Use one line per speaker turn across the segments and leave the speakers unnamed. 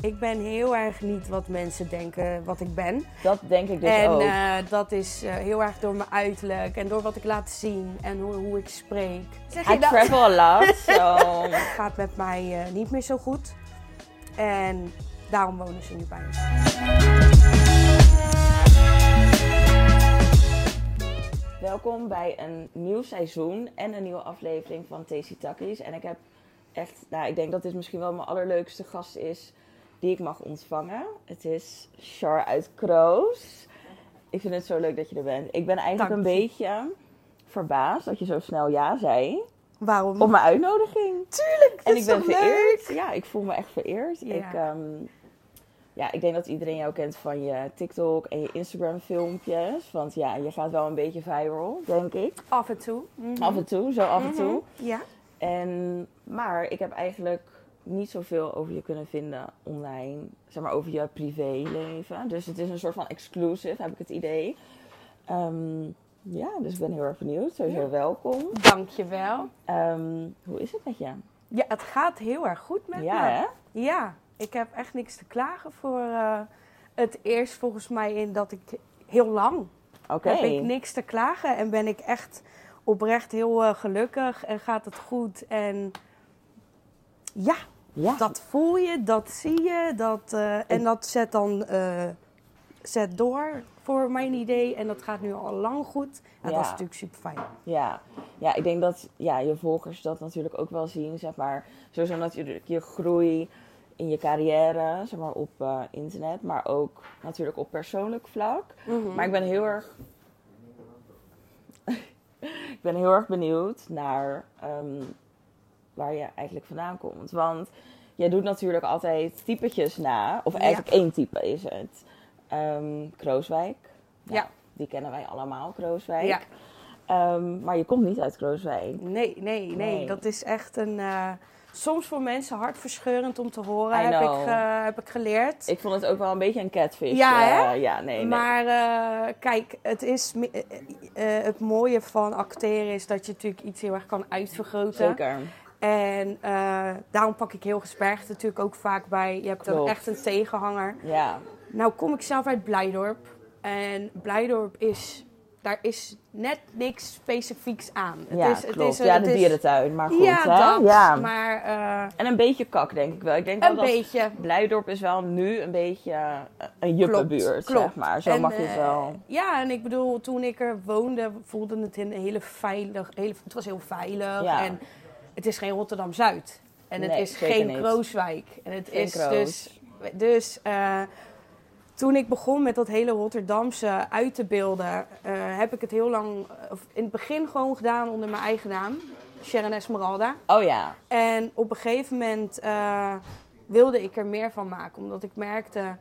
Ik ben heel erg niet wat mensen denken wat ik ben.
Dat denk ik dus
en
ook.
eh, dat is eh, heel erg door mijn uiterlijk en door wat ik laat zien en hoe, hoe ik spreek. Zeg
I travel a lot, so...
Het gaat met mij eh, niet meer zo goed. En daarom wonen ze nu bij ons.
Welkom bij een nieuw seizoen en een nieuwe aflevering van Tasty Takkies. En ik heb echt, nou, ik denk dat dit misschien wel mijn allerleukste gast is die ik mag ontvangen. Het is Char uit Kroos. Ik vind het zo leuk dat je er bent. Ik ben eigenlijk
Dank
een
je.
beetje verbaasd dat je zo snel ja zei
Waarom?
op mijn uitnodiging.
Tuurlijk,
en ik ben vereerd. Ja, ik voel me echt vereerd.
Ja.
Ik, ehm, ja, ik denk dat iedereen jou kent van je TikTok en je Instagram filmpjes. Want ja, je gaat wel een beetje viral, denk ik.
Af en toe. Mhm.
Af en toe, zo af en toe.
Mhm. Ja.
En, maar ik heb eigenlijk niet zoveel over je kunnen vinden online. Zeg maar over je privéleven. Dus het is een soort van exclusive, heb ik het idee. Ehm, ja, dus ik ben heel erg benieuwd. Sowieso
Ja.
welkom.
Dankjewel.
Ehm, hoe is het met je?
Ja, het gaat heel erg goed met
ja,
me.
hè?
Ja, ik heb echt niks te klagen voor eh, het eerst volgens mij in dat ik heel lang
Oké.
heb ik niks te klagen en ben ik echt oprecht heel eh, gelukkig en gaat het goed en ja,
Ja.
dat voel je, dat zie je, dat eh, en dat zet dan eh, zet door voor mijn idee en dat gaat nu al lang goed. En
Ja.
dat is natuurlijk super fijn.
Ja. ja, ik denk dat ja, je volgers dat natuurlijk ook wel zien, zeg maar. Sowieso natuurlijk je groei in je carrière, zeg maar, op eh, internet. Maar ook natuurlijk op persoonlijk vlak.
Mhm.
Maar ik ben heel erg... ik ben heel erg benieuwd naar ehm, waar je eigenlijk vandaan komt. Want jij doet natuurlijk altijd typetjes na. Of
Ja.
eigenlijk één type is het. Ehm, Krooswijk. Nou,
Ja.
Die kennen wij allemaal, Krooswijk.
Ja.
Ehm, maar je komt niet uit Krooswijk.
Nee, nee, nee,
Nee.
Dat is echt een. eh, soms voor mensen hartverscheurend om te horen,
I
heb ik,
know.
eh, heb ik geleerd.
Ik vond het ook wel een beetje een catfish.
Ja,
eh,
hè?
ja, nee, nee.
Maar eh, kijk, het, is, mi- eh, eh, eh, het mooie van acteren is dat je natuurlijk iets heel erg kan uitvergroten.
Zeker.
En eh, daarom pak ik heel gespergd natuurlijk ook vaak bij. Je hebt dan
Klopt.
echt een tegenhanger.
Ja.
Nou kom ik zelf uit Blijdorp. En Blijdorp is, daar is net niks specifieks aan. Het
ja,
is,
klopt.
Het is, eh,
ja,
het
de
is-
dierentuin. Maar goed,
ja,
hè?
dat.
ja.
Maar eh,
En een beetje kak, denk ik wel. Ik denk wel
een
dat
beetje.
Blijdorp is wel nu een beetje eh, een juppenbuurt,
Klopt,
zeg maar. Zo
En,
mag je het
eh,
wel.
Ja, en ik bedoel, toen ik er woonde, voelde het een hele veilig. Hele, het was heel veilig.
Ja.
En het is geen Rotterdam Zuid. En het
Nee,
is
zeker
geen
niet.
Krooswijk. En het
Geen
is
Kroos.
dus. Dus eh, toen ik begon met dat hele Rotterdamse uit te beelden, eh, heb ik het heel lang, eh, of in het begin gewoon gedaan onder mijn eigen naam, Sharon Esmeralda.
Oh ja.
En op een gegeven moment eh, wilde ik er meer van maken. Omdat ik merkte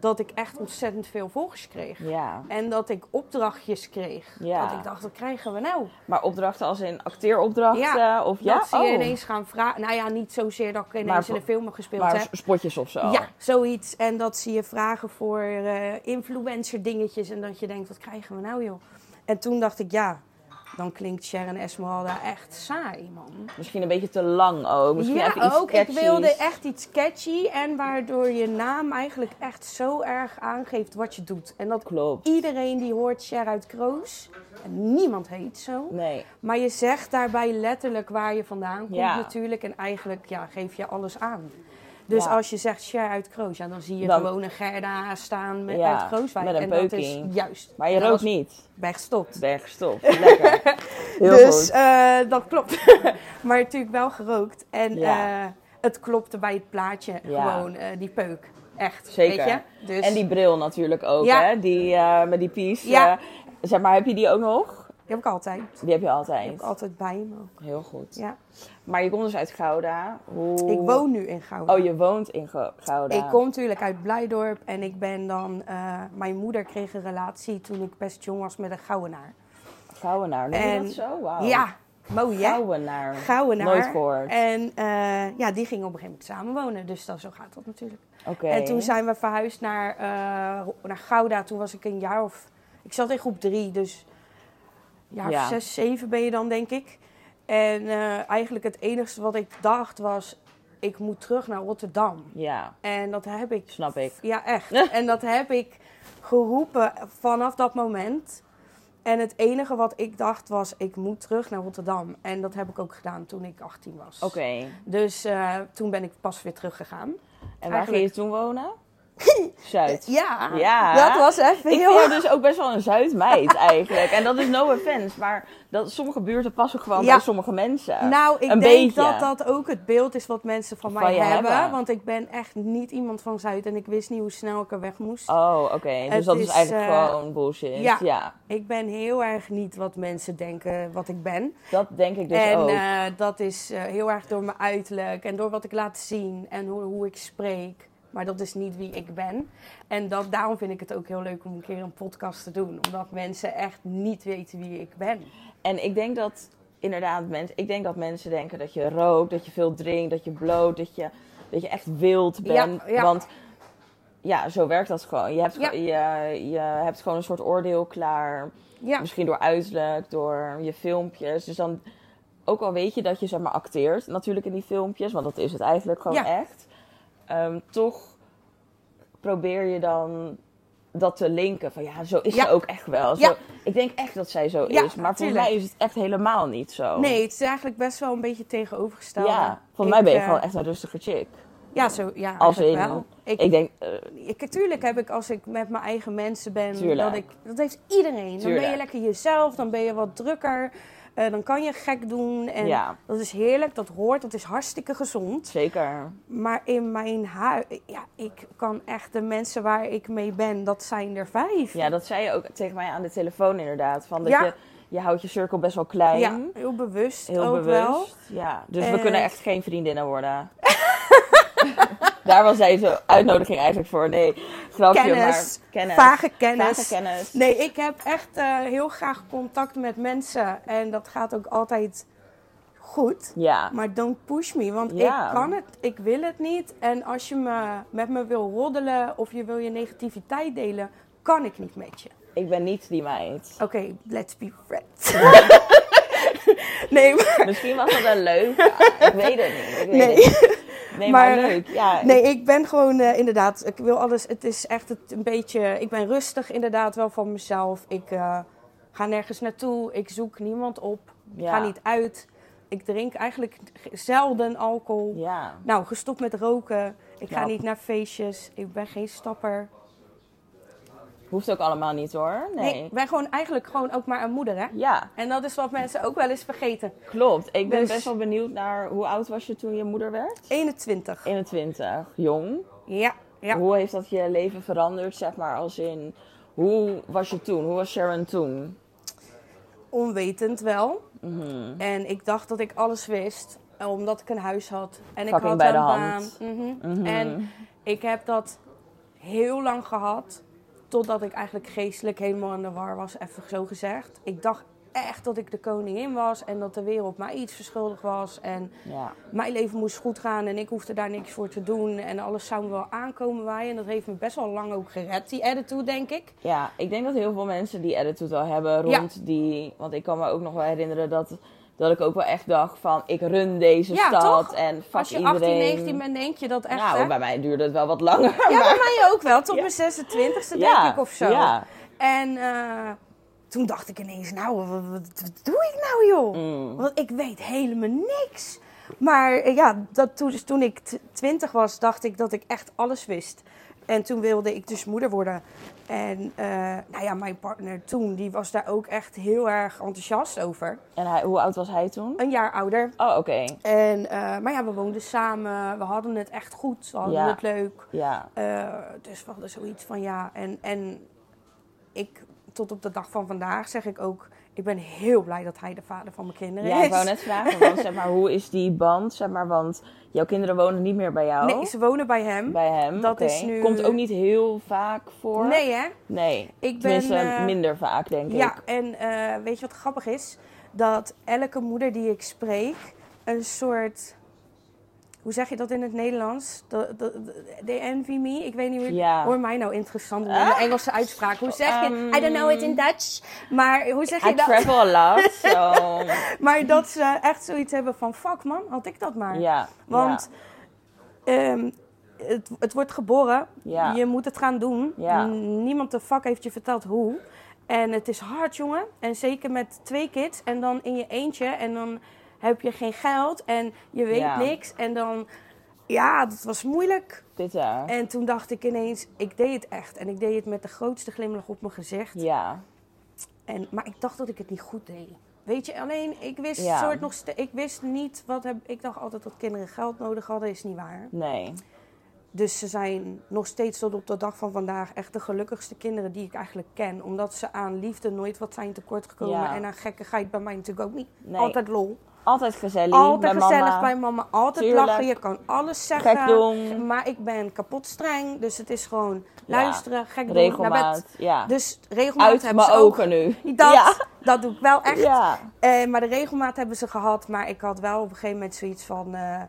dat ik echt ontzettend veel volgers kreeg.
ja.
En dat ik opdrachtjes kreeg.
Ja.
Dat ik dacht, wat krijgen we nou?
Maar opdrachten als in acteeropdrachten? Of ja?
Dat ze je
Oh.
ineens gaan vragen. Nou ja, niet zozeer dat ik
Maar
ineens
voor-
in een film heb gespeeld.
Maar
hè.
spotjes of zo?
Ja, zoiets. En dat zie je vragen voor eh, influencer dingetjes. En dat je denkt, wat krijgen we nou joh? En toen dacht ik, ja, dan klinkt Sharon Esmeralda echt saai man.
Misschien een beetje te lang ook. Misschien
ja,
even iets
ook. Ik
catchies.
wilde echt iets catchy en waardoor je naam eigenlijk echt zo erg aangeeft wat je doet. En dat
Klopt.
iedereen die hoort Cher uit Kroos, en niemand heet zo,
Nee.
maar je zegt daarbij letterlijk waar je vandaan komt
Ja.
natuurlijk. En eigenlijk ja, geef je alles aan. Dus
Ja.
als je zegt Cher uit Kroos, ja, dan zie je
Dan-
gewoon een Gerda staan met,
Ja,
uit Krooswijk.
met een
en dat is
peuking.
juist.
Maar je
En dat
rookt
was
niet.
Weggestopt
Bergstof. Lekker. Heel
dus
goed.
eh, dat klopt. maar natuurlijk wel gerookt. En
Ja.
eh, het klopte bij het plaatje.
Ja.
Gewoon eh, die peuk. Echt.
Zeker.
Weet je? Dus,
En die bril natuurlijk ook,
Ja.
hè? Die, eh, met die piece.
Ja.
eh, zeg maar, heb je die ook nog?
die heb ik altijd.
Die heb je
Die
altijd.
heb ik altijd bij me ook.
Heel goed.
Ja.
Maar je komt dus uit Gouda. Hoe...
Ik woon nu in Gouda.
Oh, je woont in Go- Gouda.
Ik kom natuurlijk uit Blijdorp. En ik ben dan... eh, mijn moeder kreeg een relatie toen ik best jong was met een Gouwenaar.
Gouwenaar, noem je
En-
dat zo? Wauw.
Ja. Mooi hè?
Gouwenaar.
Gouwenaar.
Nooit gehoord.
En eh, ja, die ging op een gegeven moment samenwonen. Dus dan, zo gaat dat natuurlijk.
Oké.
En toen zijn we verhuisd naar, eh, naar Gouda. Toen was ik een jaar of... Ik zat in groep drie, dus... een jaar
Ja.
of zes, zeven ben je dan, denk ik. En eh, eigenlijk het enige wat ik dacht was... ik moet terug naar Rotterdam.
Ja,
En dat heb ik
snap ik.
Ja, echt. en dat heb ik geroepen vanaf dat moment. En het enige wat ik dacht was, ik moet terug naar Rotterdam. En dat heb ik ook gedaan toen ik 18 was.
Oké.
Dus eh, toen ben ik pas weer teruggegaan.
En waar
Eigenlijk-
ging je toen wonen? Zuid.
Ja,
Ja.
dat was even
Ik
heel...
ben dus ook best wel een Zuidmeid eigenlijk. En dat is no offense, maar dat, sommige buurten passen gewoon
Ja.
bij sommige mensen.
Nou, ik
een
denk
beetje.
dat dat ook het beeld is wat mensen van,
Van
mij
je
hebben,
hebben.
Want ik ben echt niet iemand van Zuid en ik wist niet hoe snel ik er weg moest.
Oh, oké.
Het
Dus dat is,
is,
eigenlijk
eh,
gewoon bullshit.
ja.
Ja.
Ik ben heel erg niet wat mensen denken wat ik ben.
Dat denk ik dus
en
ook.
eh, dat is eh, heel erg door mijn uiterlijk en door wat ik laat zien en hoe, hoe ik spreek. Maar dat is niet wie ik ben. En dat, daarom vind ik het ook heel leuk om een keer een podcast te doen. Omdat mensen echt niet weten wie ik ben.
En ik denk dat inderdaad mensen, ik denk dat mensen denken dat je rookt, dat je veel drinkt, dat je bloot, dat je, dat je echt wild
Ja,
bent.
ja.
Want ja, zo werkt dat gewoon. Je hebt,
Ja.
gewoon- je, je hebt gewoon een soort oordeel klaar.
Ja,
Misschien door uiterlijk, door je filmpjes. Dus dan, ook al weet je dat je zeg maar acteert natuurlijk in die filmpjes, want dat is het eigenlijk gewoon
Ja.
echt. ehm, toch probeer je dan dat te linken. Van ja, zo is
Ja.
ze ook echt wel. Zo,
Ja.
Ik denk echt dat zij zo
Ja,
is. Maar voor
tuurlijk.
mij is het echt helemaal niet zo.
nee, het is eigenlijk best wel een beetje tegenovergesteld.
Ja, voor mij ben je
eh,
gewoon echt een rustige chick.
Ja, zo, ja
Als in,
eigenlijk wel. Ik,
Ik denk, eh,
ik, tuurlijk heb ik als ik met mijn eigen mensen ben,
Tuurlijk.
dat, ik, dat heeft iedereen. Dan ben je
Tuurlijk.
lekker jezelf, dan ben je wat drukker, eh, dan kan je gek doen. En
ja,
dat is heerlijk, dat hoort, dat is hartstikke gezond.
zeker.
Maar in mijn huis, ja, ik kan echt de mensen waar ik mee ben, dat zijn er vijf.
Ja, dat zei je ook tegen mij aan de telefoon inderdaad. Van dat
Ja.
je, je houdt je cirkel best wel klein.
Ja, heel bewust
Heel
ook
bewust.
wel.
Ja. Dus we
En-
kunnen echt geen vriendinnen worden. Daar was deze uitnodiging eigenlijk voor. Nee, grapje,
Kennis.
maar kennis.
Vage kennis.
Vage kennis.
Nee, ik heb echt eh, heel graag contact met mensen en dat gaat ook altijd goed.
Ja,
Maar don't push me, want
Ja.
ik kan het, ik wil het niet. En als je me, met me wil roddelen of je wil je negativiteit delen, kan ik niet met je.
ik ben niet die meid.
Oké, let's be friends. nee, maar,
Misschien was dat wel leuk. maar ik weet het niet. Ik weet
Nee.
het niet. Nee, maar,
Maar,
leuk. Ja,
nee, ik ben gewoon eh, inderdaad, ik wil alles, het is echt het, een beetje, ik ben rustig inderdaad wel van mezelf. Ik eh, ga nergens naartoe, ik zoek niemand op, ik
Ja.
ga niet uit. Ik drink eigenlijk g- zelden alcohol.
Ja.
Nou, gestopt met roken. Ik ga
Knap.
niet naar feestjes. Ik ben geen stapper.
Hoeft ook allemaal niet hoor.
Nee,
Nee.
ik ben gewoon eigenlijk gewoon ook maar een moeder, hè?
Ja,
En dat is wat mensen ook wel eens vergeten.
klopt. Ik ben
Dus-
best wel benieuwd naar hoe oud was je toen je moeder werd?
21.
21. Jong.
Ja, ja.
Hoe heeft dat je leven veranderd, zeg maar, als in... Hoe was je toen? Hoe was Sharon toen?
Onwetend wel.
Mhm.
En ik dacht dat ik alles wist, omdat ik een huis had. En ik
Fucking
had
bij
een
de
baan.
hand.
Mhm.
Mhm.
En ik heb dat heel lang gehad, totdat ik eigenlijk geestelijk helemaal in de war was, even zo gezegd. Ik dacht echt dat ik de koningin was en dat de wereld mij iets verschuldigd was. En
Ja,
mijn leven moest goed gaan en ik hoefde daar niks voor te doen. En alles zou me wel aankomen waaien. En dat heeft me best wel lang ook gered, die attitude, denk ik.
ja, ik denk dat heel veel mensen die attitude wel hebben
Ja.
rond die... Want ik kan me ook nog wel herinneren dat, dat ik ook wel echt dacht van... Ik run deze
Ja,
stad
toch?
en fuck
Als je
iedereen.
18, 19 bent, denk je dat echt,
Nou,
hè?
bij mij duurde het wel wat langer.
Ja, bij mij ook wel. Tot
Ja.
mijn 26e,
Ja,
denk ik, of zo.
Ja.
En eh, toen dacht ik ineens, nou, wat, wat- wat doe ik nou, joh?
Mm.
Want ik weet helemaal niks. Maar eh, ja, dat toen, dus toen ik t- 20 was, dacht ik dat ik echt alles wist. En toen wilde ik dus moeder worden. En eh, nou ja, mijn partner toen, die was daar ook echt heel erg enthousiast over.
En hij, hoe oud was hij toen?
Een jaar ouder.
Oh, oké.
En, eh, maar ja, we woonden samen. We hadden het echt goed. We hadden
Ja.
het leuk.
Ja,
Eh, dus we hadden zoiets van ja. En, en ik, tot op de dag van vandaag, zeg ik ook: ik ben heel blij dat hij de vader van mijn kinderen
ja,
is.
ik wou net vragen, want, zeg maar, hoe is die band? Zeg maar, want jouw kinderen wonen niet meer bij jou.
Nee, ze wonen bij hem.
Bij hem.
Dat
oké.
is nu-
Komt ook niet heel vaak voor.
Nee, hè?
Nee.
Ik ben.
Tenminste,
eh,
minder vaak, denk
ja,
ik.
en eh, weet je wat grappig is? Dat elke moeder die ik spreek een soort. Hoe zeg je dat in het Nederlands? De- de- de- They envy me. Ik weet niet hoe.
Ja.
Hoor mij nou interessant in
Ah.
de Engelse uitspraak. Hoe zeg je?
Ehm.
I don't know it in Dutch. Maar hoe zeg
I
je dat?
travel a lot, so...
Maar dat ze echt zoiets hebben van, fuck man, had ik dat maar.
ja.
Want ehm, het, het wordt geboren.
Ja.
Je moet het gaan doen.
Ja.
N- Niemand de fuck heeft je verteld hoe. En het is hard, jongen. En zeker met twee kids. En dan in je eentje. En dan heb je geen geld. En je weet
Ja.
niks. En dan... Ja, dat was moeilijk.
Pittig.
En toen dacht ik ineens, ik deed het echt. En ik deed het met de grootste glimlach op mijn gezicht.
Ja.
En, maar ik dacht dat ik het niet goed deed. Weet je, alleen ik wist,
Ja.
soort nog ste- ik wist niet wat heb. Ik dacht altijd dat kinderen geld nodig hadden, is niet waar.
Nee.
Dus ze zijn nog steeds tot op de dag van vandaag echt de gelukkigste kinderen die ik eigenlijk ken. Omdat ze aan liefde nooit wat zijn tekortgekomen.
Ja.
En aan gekkigheid bij mij natuurlijk ook niet.
Nee.
Altijd lol.
Altijd gezellig.
Altijd
bij
gezellig
mama.
bij mama. Altijd
Tuurlijk.
lachen. Je kan alles zeggen.
Gek doen.
Maar ik ben kapot streng. Dus het is gewoon
Ja.
luisteren, gek doen, naar bed.
Regelmaat. Ja.
Dus regelmaat
Uit
hebben
mijn
ze ook.
ogen nu.
Dat,
Ja.
dat doe ik wel echt.
Ja.
Eh, maar de regelmaat hebben ze gehad. Maar ik had wel op een gegeven moment zoiets van... eh,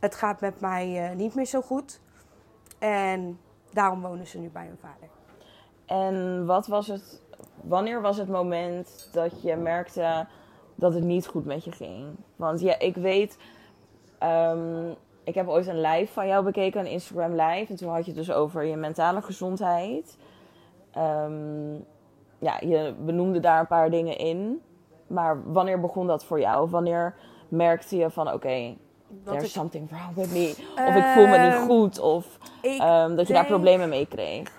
het gaat met mij eh, niet meer zo goed. En daarom wonen ze nu bij hun vader.
En wat was het... Wanneer was het moment dat je merkte dat het niet goed met je ging? Want ja, ik weet... ehm, ik heb ooit een live van jou bekeken, een Instagram live. En toen had je het dus over je mentale gezondheid. Ehm, ja, je benoemde daar een paar dingen in. Maar wanneer begon dat voor jou? Wanneer merkte je van, oké,
Dat
there's
ik,
something wrong with me. Of ik voel me niet
Ehm,
goed. Of
ik,
ehm, dat je daar
denk-
problemen mee kreeg.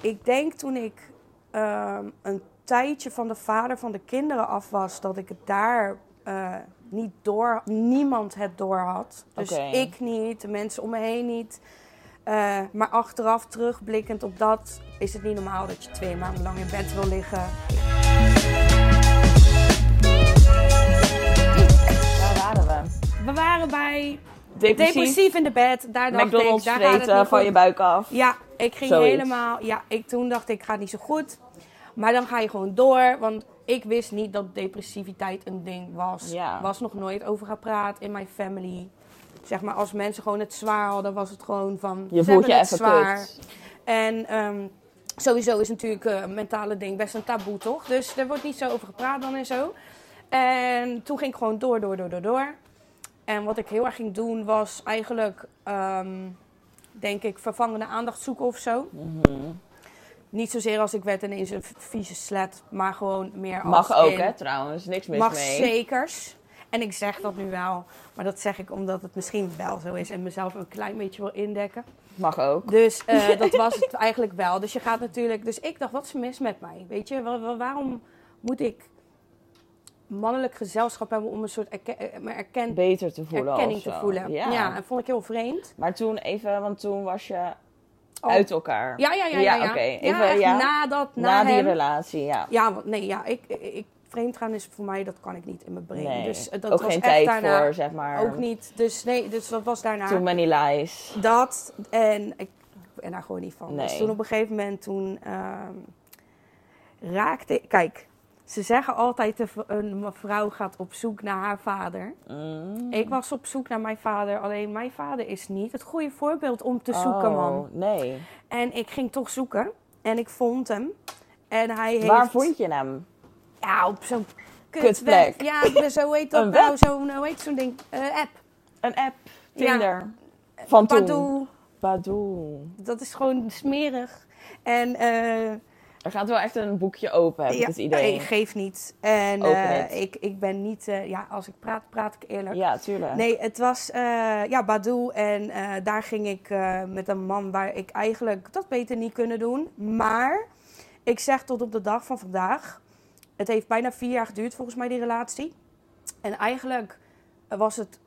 ik denk toen ik ehm, een tijdje van de vader van de kinderen af was... dat ik het daar eh, niet door... Niemand het door had. Dus
Oké.
ik niet, de mensen om me heen niet. Eh, maar achteraf terugblikkend op dat... is het niet normaal dat je twee maanden lang in bed wil liggen...
Waar waren we?
We waren bij
Depressief.
depressief in de bed. Daar dacht
McDonald's
ik, daar gaat het
vreten
niet
van
goed.
je buik af.
Ja, ik ging
Zoiets.
helemaal. Ja, ik, toen dacht ik, gaat niet zo goed. Maar dan ga je gewoon door. Want ik wist niet dat depressiviteit een ding was.
Ja.
Was nog nooit over gepraat in mijn family. Zeg maar, als mensen gewoon het zwaar hadden, was het gewoon van.
Je
ze
voelt je
hebben het
even
zwaar.
kut.
En ehm, sowieso is natuurlijk eh, een mentale ding best een taboe, toch? Dus er wordt niet zo over gepraat dan en zo. En toen ging ik gewoon door, door, door, door, door. En wat ik heel erg ging doen was eigenlijk, ehm, denk ik, vervangende aandacht zoeken of zo.
Mhm.
Niet zozeer als ik werd ineens een v- vieze slet, maar gewoon meer als
Mag ook,
in-
hè, trouwens. Niks mis
Mag
mee.
zekers. En ik zeg dat nu wel, maar dat zeg ik omdat het misschien wel zo is en mezelf een klein beetje wil indekken.
Mag ook.
Dus eh, dat was het eigenlijk wel. Dus je gaat natuurlijk. Dus ik dacht, wat is er mis met mij? Weet je, wa- wa- waarom moet ik mannelijk gezelschap hebben om een soort erke- eh, me erken-
Beter te voelen.
erkenning
of zo.
te voelen?
Ja.
ja, en vond ik heel vreemd.
Maar toen even, want toen was je
Oh.
uit elkaar.
Ja, ja, ja, ja.
Ja,
ja.
oké.
Ja,
Even,
echt
ja.
nadat, na,
Na die
hem.
relatie, ja.
Ja, want nee, ja, ik, ik, ik vreemd gaan is voor mij, dat kan ik niet in mijn brein.
Nee.
Dus eh, dat
ook
was
geen
echt
tijd
daarna.
voor, zeg maar.
Ook niet. Dus nee, dus dat was daarna.
Too many lies.
Dat en ik ben daar gewoon niet van.
Nee.
Dus toen op een gegeven moment toen ehm, raakte ik. Kijk, ze zeggen altijd een v- een vrouw gaat op zoek naar haar vader.
Mm.
Ik was op zoek naar mijn vader, alleen mijn vader is niet het goede voorbeeld om te
Oh,
zoeken, man.
Nee.
En ik ging toch zoeken en ik vond hem. En hij heeft.
Waar vond je hem?
Ja, op zo'n
Kutplek.
kutweb. Ja, zo heet dat
Een
nou.
web?
Zo'n, hoe heet zo'n ding? Eh, app.
Een app.
Ja.
Tinder. Van toen.
Pardoel.
Badoe.
Dat is gewoon smerig. En eh,
Er gaat wel echt een boekje open, heb ik het idee.
Nee, geeft niet. En
Open
eh,
het.
ik, ik ben niet... eh, ja, als ik praat, praat ik eerlijk.
Ja, tuurlijk.
Nee, het was eh ja, Badoe en eh, daar ging ik eh, met een man waar ik eigenlijk dat beter niet kunnen doen. Maar ik zeg tot op de dag van vandaag, het heeft bijna vier jaar geduurd volgens mij die relatie. En eigenlijk was het,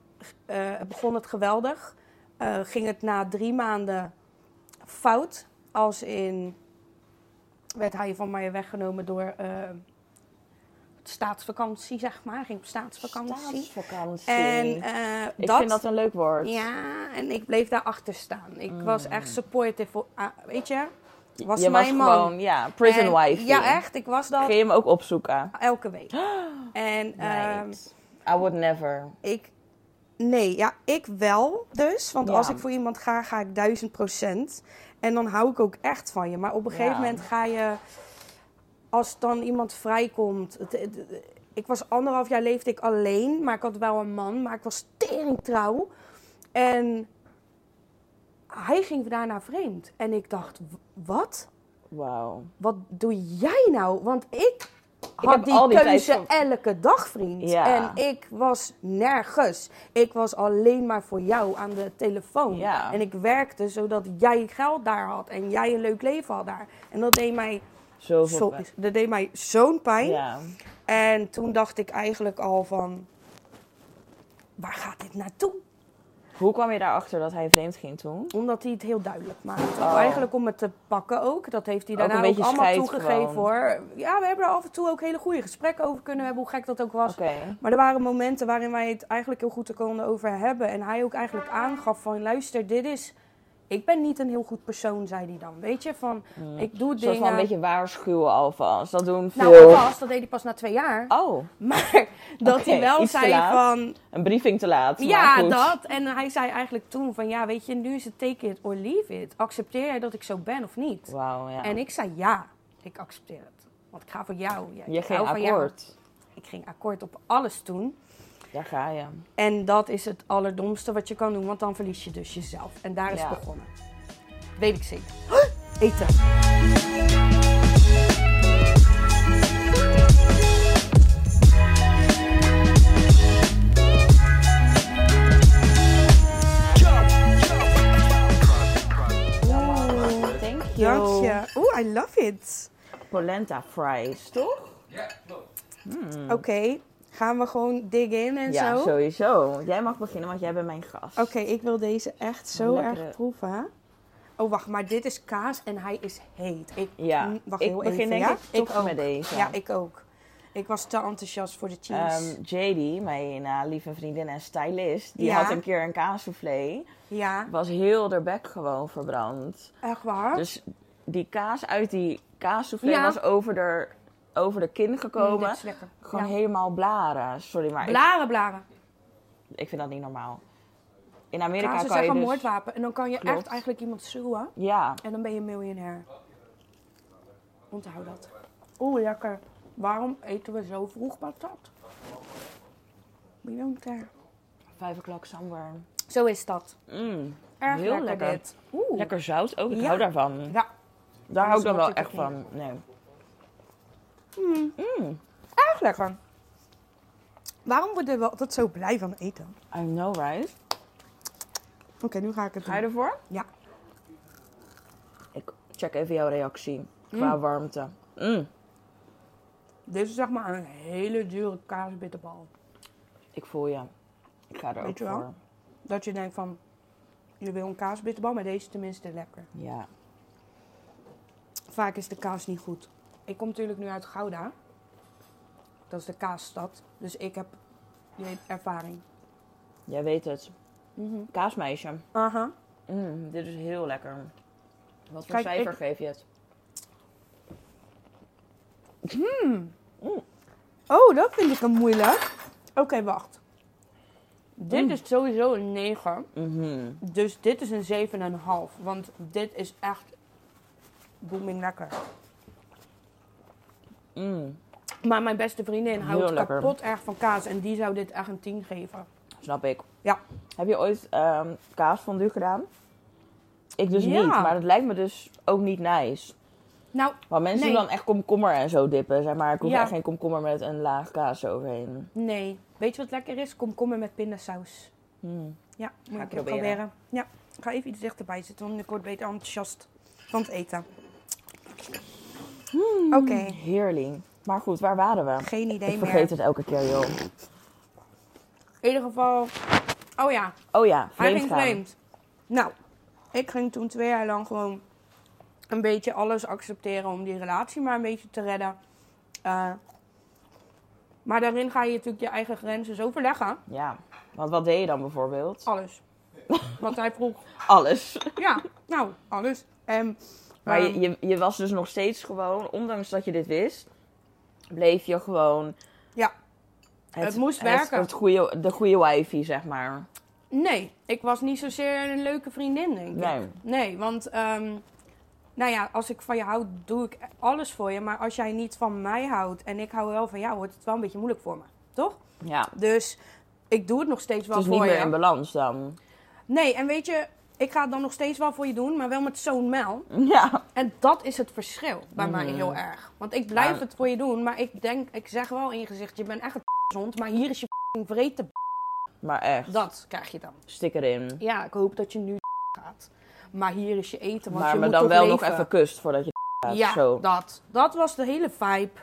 eh, begon het geweldig. Eh, ging het na drie maanden fout, als in werd hij van mij weggenomen door eh, staatsvakantie, zeg maar. Ging op staatsvakantie.
Staatsvakantie.
En eh,
ik
dat,
vind dat een leuk woord.
Ja, en ik bleef daarachter staan. Ik was echt supportive voor... ah, weet je? Was
Mm. je
mijn
was
man.
gewoon, ja, prison
En-
wife.
Ja, echt. Ik was dat
Ging je hem ook opzoeken?
elke week. En ehm,
Right. I would never.
ik... Nee, ja, ik wel dus. Want
Ja.
als ik voor iemand ga, ga ik duizend procent. En dan hou ik ook echt van je. Maar op een gegeven
Ja.
moment ga je... Als dan iemand vrijkomt... het- het- het- ik was anderhalf jaar leefde ik alleen. Maar ik had wel een man. Maar ik was tering trouw. En hij ging daarna vreemd. En ik dacht, w- wat?
Wauw.
Wat doe jij nou? Want ik had
heb al
die,
die tijd
keuze
van-
elke dag, vriend.
Ja.
En ik was nergens. Ik was alleen maar voor jou aan de telefoon.
Ja.
En ik werkte zodat jij geld daar had en jij een leuk leven had daar. En dat deed mij,
Zoveel
zo-
pijn.
dat deed mij zo'n pijn.
Ja.
En toen dacht ik eigenlijk al van, waar gaat dit naartoe?
Hoe kwam je daarachter dat hij vreemd ging toen?
Omdat hij het heel duidelijk maakt.
Oh.
Eigenlijk om het te pakken ook. Dat heeft hij
Ook
daarna
een
ook,
beetje
allemaal
scheid
toegegeven
gewoon.
hoor. Ja, we hebben er af en toe ook hele goede gesprekken over kunnen hebben, hoe gek dat ook was.
Oké.
Maar er waren momenten waarin wij het eigenlijk heel goed er konden over hebben. En hij ook eigenlijk aangaf van, luister, dit is... Ik ben niet een heel goed persoon, zei hij dan. Weet je, van,
Hmm.
ik doe
Een soort
dingen...
van een beetje waarschuwen alvast. Dat doen veel.
Nou, pas, dat deed hij pas na twee jaar.
Oh,
Maar dat
Oké,
hij wel
iets te
zei
laat.
van,
een briefing te laat. maar
Ja,
goed.
dat. En hij zei eigenlijk toen van, ja, weet je, nu is het take it or leave it. Accepteer jij dat ik zo ben of niet?
Wauw, ja.
En ik zei ja, ik accepteer het. Want ik ga voor jou. Ja,
je
ik hou
ging
van jou.
akkoord.
Ik ging akkoord op alles toen.
Daar ga je.
En dat is het allerdomste wat je kan doen, want dan verlies je dus jezelf. En daar is
Ja.
het begonnen. Weet ik zeker. Eten.
Thank you.
Dankje. Oeh, I love it.
Polenta fries, toch?
Oké, gaan we gewoon dig in en
Hmm. ja,
zo?
sowieso. Jij mag beginnen, want jij bent mijn gast.
Oké, ik wil deze echt zo
Lekkere.
erg proeven. Oh, wacht, maar dit is kaas en hij is heet. Ik,
Ja,
Mm, wacht
ik
heel
begin
even,
denk
ja?
ik toch
Ik ook.
met deze.
Ja, ik ook. Ik was te enthousiast voor de cheese.
Ehm, JD, mijn eh, lieve vriendin en stylist, die
Ja.
had een keer een kaassoufflé.
ja,
Was heel de bek gewoon verbrand.
echt waar?
Dus die kaas uit die kaassoufflé
Ja.
was over de, over de kin
Mm, dit
gekomen.
is lekker.
gewoon
Ja.
helemaal blaren. Sorry, maar ik,
Blaren, blaren.
ik vind dat niet normaal. In Amerika
Kaas is
kan
echt
je
een
dus...
moordwapen. En dan kan je
Klopt.
echt eigenlijk iemand suwen.
Ja,
En dan ben je miljonair. Onthoud dat. Oeh, lekker. Waarom eten we zo vroeg patat? Miljonair.
vijf o'clock somewhere.
Zo is dat.
Mm,
Erg
Heel
lekker,
lekker.
dit. Oeh.
Lekker zout ook, ik
Ja.
hou daarvan.
Ja,
Daar hou ik
Anders
dan wel
wordt
echt
het
van. Nee.
Mm.
Mm.
erg lekker. Waarom worden we altijd zo blij van eten?
I know, right?
Oké, nu ga ik het
Ga je ervoor?
Ja.
Ik check even jouw reactie qua warmte. Mm.
Dit is zeg maar een hele dure kaasbitterbal.
Ik voel je. Ik ga er
Weet
ook
je wel?
voor.
Dat je denkt van, je wil een kaasbitterbal, maar deze is tenminste lekker.
Ja.
Vaak is de kaas niet goed. Ik kom natuurlijk nu uit Gouda. Dat is de kaasstad. Dus ik heb je weet, ervaring.
Jij weet het.
Mhm.
Kaasmeisje.
Aha.
Mm, dit is heel lekker. Wat voor
Kijk,
cijfer
ik-
geef je het?
Oh, dat vind ik een moeilijk. Oké, wacht. Dit is sowieso een 9.
Mhm.
Dus dit is een 7,5. Want dit is echt booming lekker.
Mm,
Maar mijn beste vriendin houdt
Heel lekker.
kapot erg van kaas. En die zou dit echt een 10 geven.
Snap ik.
Ja.
Heb je ooit ehm kaasfondue gedaan? Ik dus
Ja.
niet, maar het lijkt me dus ook niet nice.
Nou,
Want mensen
Nee.
doen dan echt komkommer en zo dippen, zeg maar. Ik hoef
Ja.
echt geen komkommer met een laag kaas overheen.
nee. Weet je wat lekker is? Komkommer met pindasaus.
Mm.
Ja, moet
Ga
ik
ik
even
proberen.
proberen. Ja, ik ga even iets dichterbij zitten. Want ik word beter enthousiast van het eten. Oké,
Heerlijk. Maar goed, waar waren we?
geen idee
Hmm. ik
meer.
vergeet het elke keer, joh.
In ieder geval... Oh ja,
Oh ja,
Hij
vreemd
ging
gaan.
vreemd. Nou, ik ging toen twee jaar lang gewoon een beetje alles accepteren om die relatie maar een beetje te redden. Eh, maar daarin ga je natuurlijk je eigen grenzen zo verleggen.
Ja, want wat deed je dan bijvoorbeeld?
Alles. Wat hij vroeg.
Alles.
Ja, nou, alles. En,
Maar
ehm,
je, je, je was dus nog steeds gewoon, ondanks dat je dit wist, bleef je gewoon...
Ja. Het moest werken.
Het, goede, de goede wifi, zeg maar.
Nee, ik was niet zozeer een leuke vriendin, denk ik.
Nee.
Nee, want ehm, nou ja, als ik van je houd, doe ik alles voor je. Maar als jij niet van mij houdt en ik hou wel van jou, wordt het wel een beetje moeilijk voor me. Toch?
Ja,
Dus ik doe het nog steeds wel
het is
voor
niet meer
je.
in balans dan.
Nee, en weet je, ik ga het dan nog steeds wel voor je doen, maar wel met zo'n mijl.
Ja.
En dat is het verschil bij mij
Mhm.
heel erg. Want ik blijf
Ja.
het voor je doen, maar ik denk, ik zeg wel in je gezicht, je bent echt een gezond, maar hier is je vreten.
Maar echt,
Dat krijg je dan.
stik erin.
Ja, ik hoop dat je nu gaat. Maar hier is je eten, want
Maar
je
me
moet
dan
toch
wel nog
leven.
even kust voordat je gaat.
Ja,
Zo.
dat. Dat was de hele vibe.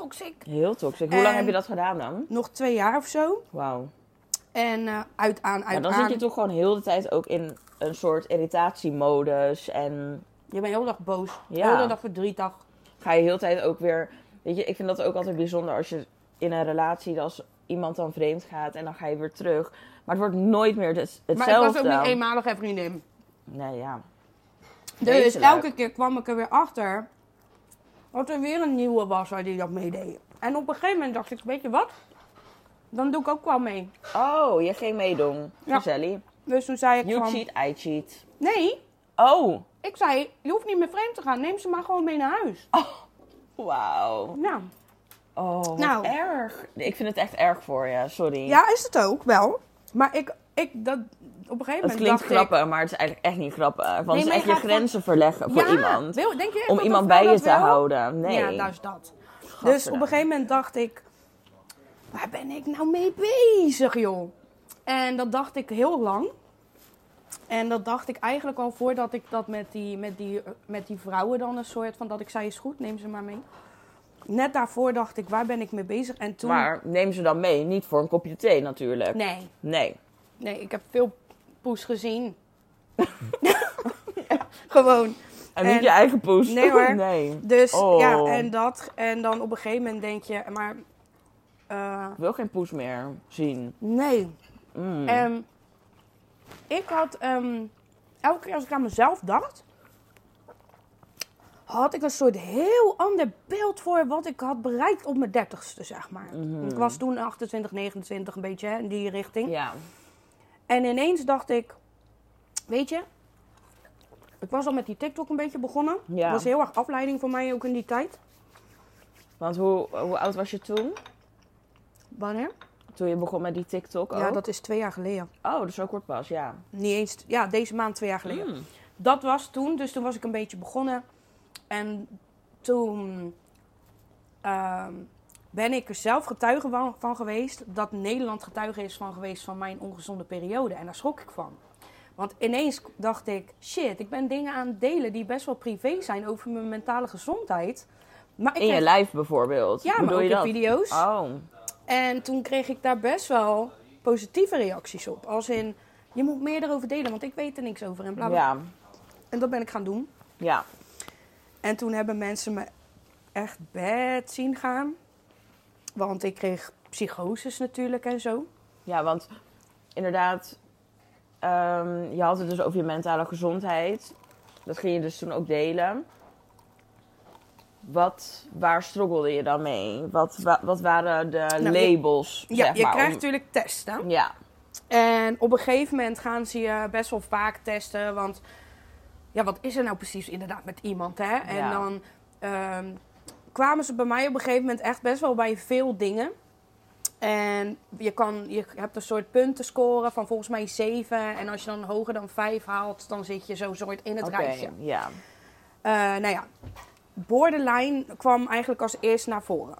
Toxic.
Heel toxic. Hoe lang
En-
heb je dat gedaan dan?
Nog twee jaar of zo.
Wauw.
En eh, uit aan,
Maar
uit
dan
aan.
zit je toch gewoon heel de tijd ook in een soort irritatiemodus. En
Je bent heel dag boos.
Ja.
Heel de dag verdrietig.
ga je heel de tijd ook weer... Weet je, ik vind dat ook altijd bijzonder als je in een relatie... Als iemand dan vreemd gaat en dan ga je weer terug. Maar het wordt nooit meer het- hetzelfde.
Maar ik was ook niet eenmalig een vriendin.
Nee, ja.
Dus
Vreselijk.
elke keer kwam ik er weer achter dat er weer een nieuwe was waar die dat meedeed. En op een gegeven moment dacht ik, weet je wat? Dan doe ik ook wel mee.
Oh, je ging meedoen.
Ja.
Gezellig.
Dus toen zei ik
You
van,
cheat, I cheat.
nee,
Oh,
ik zei, je hoeft niet meer vreemd te gaan. Neem ze maar gewoon mee naar huis.
wauw.
Nou,
Oh, wat
Nou.
erg. Ik vind het echt erg voor je, sorry.
ja, is het ook wel. Maar ik, ik dat, op een gegeven
het
moment
klinkt
dacht ik...
grappig, maar het is eigenlijk echt niet grappig. Want
Nee,
het is
maar
echt
je
je
gaat gewoon-
grenzen verleggen voor
ja,
iemand.
wil- denk je echt
Om
dat
iemand
een
bij
vrouw
je
dat
te
wil?
houden. Nee.
Ja, daar is dat. Dus op een gegeven moment dacht ik, waar ben ik nou mee bezig, joh? En dat dacht ik heel lang. En dat dacht ik eigenlijk al voordat ik dat met die, met die, met die vrouwen dan een soort van, dat ik zei, is goed, neem ze maar mee. Net daarvoor dacht ik, waar ben ik mee bezig? En toen,
Maar neem ze dan mee. Niet voor een kopje thee natuurlijk.
nee,
Nee.
nee, ik heb veel poes gezien. Ja, gewoon.
En,
En-
niet je eigen poes.
Nee, hoor.
nee.
Dus
Oh.
ja, en dat. En dan op een gegeven moment denk je, maar... eh,
Ik wil geen poes meer zien.
nee,
Mm.
Ehm, ik had ehm, elke keer als ik aan mezelf dacht, had ik een soort heel ander beeld voor wat ik had bereikt op mijn dertigste, zeg maar.
Mhm.
Ik was toen 28, 29, een beetje hè, in die richting.
Ja.
En ineens dacht ik, weet je, ik was al met die TikTok een beetje begonnen.
Ja.
Dat was heel erg afleiding voor mij ook in die tijd.
Want hoe, hoe oud was je toen?
Wanneer?
Toen je begon met die TikTok ook?
Ja, dat Mm. is twee jaar geleden.
Oh, dus zo kort pas, ja.
Niet eens, ja, deze maand twee jaar geleden.
Mm.
dat was toen, dus toen was ik een beetje begonnen. En toen ehm, ben ik er zelf getuige van, van geweest dat Nederland getuige is van geweest van mijn ongezonde periode. En daar schrok ik van. Want ineens dacht ik, shit, ik ben dingen aan het delen die best wel privé zijn over mijn mentale gezondheid. Maar ik
In je
kreeg-
lijf bijvoorbeeld.
Ja,
Hoe
maar
doe
ook
je
in
dat?
video's.
Oh,
En toen kreeg ik daar best wel positieve reacties op. Als in, je moet meer erover delen, want ik weet er niks over en bla bla.
ja.
En dat ben ik gaan doen.
Ja.
En toen hebben mensen me echt bad zien gaan. Want ik kreeg psychoses natuurlijk en zo.
Ja, want inderdaad, ehm, je had het dus over je mentale gezondheid. Dat ging je dus toen ook delen. Wat, waar struggelde je dan mee? Wat, wa- wat waren de
Nou, je-
labels?
Ja,
zeg
je
maar,
krijgt
om-
natuurlijk testen.
Ja,
En op een gegeven moment gaan ze je best wel vaak testen. Want ja, wat is er nou precies inderdaad met iemand, hè? En
Ja.
dan ehm, kwamen ze bij mij op een gegeven moment echt best wel bij veel dingen. En je, kan, je hebt een soort puntenscore van volgens mij 7. En als je dan hoger dan 5 haalt, dan zit je zo soort in het
oké.
rijtje.
Ja.
Eh, nou ja, borderline kwam eigenlijk als eerst naar voren.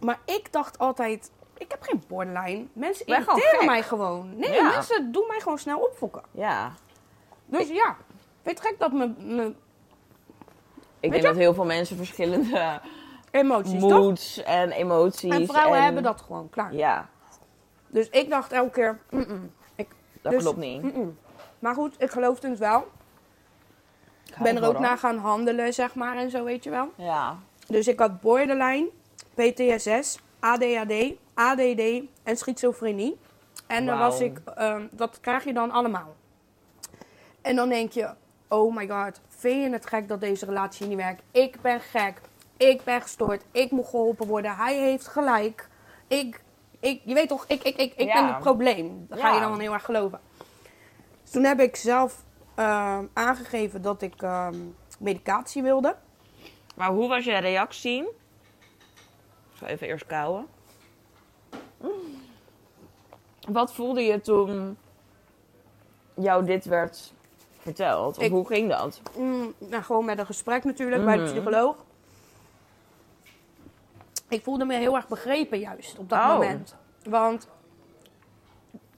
Maar ik dacht altijd, ik heb geen borderline. Mensen
Ben gewoon
irriteren
gek.
mij gewoon. Nee,
Ja.
mensen doen mij gewoon snel opfokken.
ja.
Dus ja, vind je het gek dat mijn mijn
Ik denk
je?
dat heel veel mensen verschillende
emoties, toch?
moods en emoties.
En vrouwen
en-
hebben dat gewoon, klaar.
Ja,
Dus ik dacht elke keer, mm-mm.
dat
Dus-
klopt niet.
Mm-mm. Maar goed, ik geloofde het wel.
Ik
Ik ben er ook naar gaan handelen, zeg maar, en zo, weet je wel.
Ja.
Dus ik had borderline, PTSS, ADHD, ADD en schizofrenie. En dan
Wauw.
was ik, ehm, dat krijg je dan allemaal. En dan denk je, oh my god, vind je het gek dat deze relatie niet werkt? Ik ben gek, ik ben gestoord, ik moet geholpen worden, hij heeft gelijk. Ik, ik je weet toch, ik, ik, ik, ik
Ja.
ben het probleem. Dat ga
Ja.
je dan wel heel erg geloven. Dus toen heb ik zelf ehm, aangegeven dat ik ehm, medicatie wilde.
Maar hoe was je reactie? Ik zal even eerst kauwen. Mm. Wat voelde je toen jou dit werd verteld? Of
Ik-
hoe ging dat?
Mm, nou, gewoon met een gesprek natuurlijk bij
Mhm.
de psycholoog. Ik voelde me heel erg begrepen juist op dat
Oh.
moment. Want,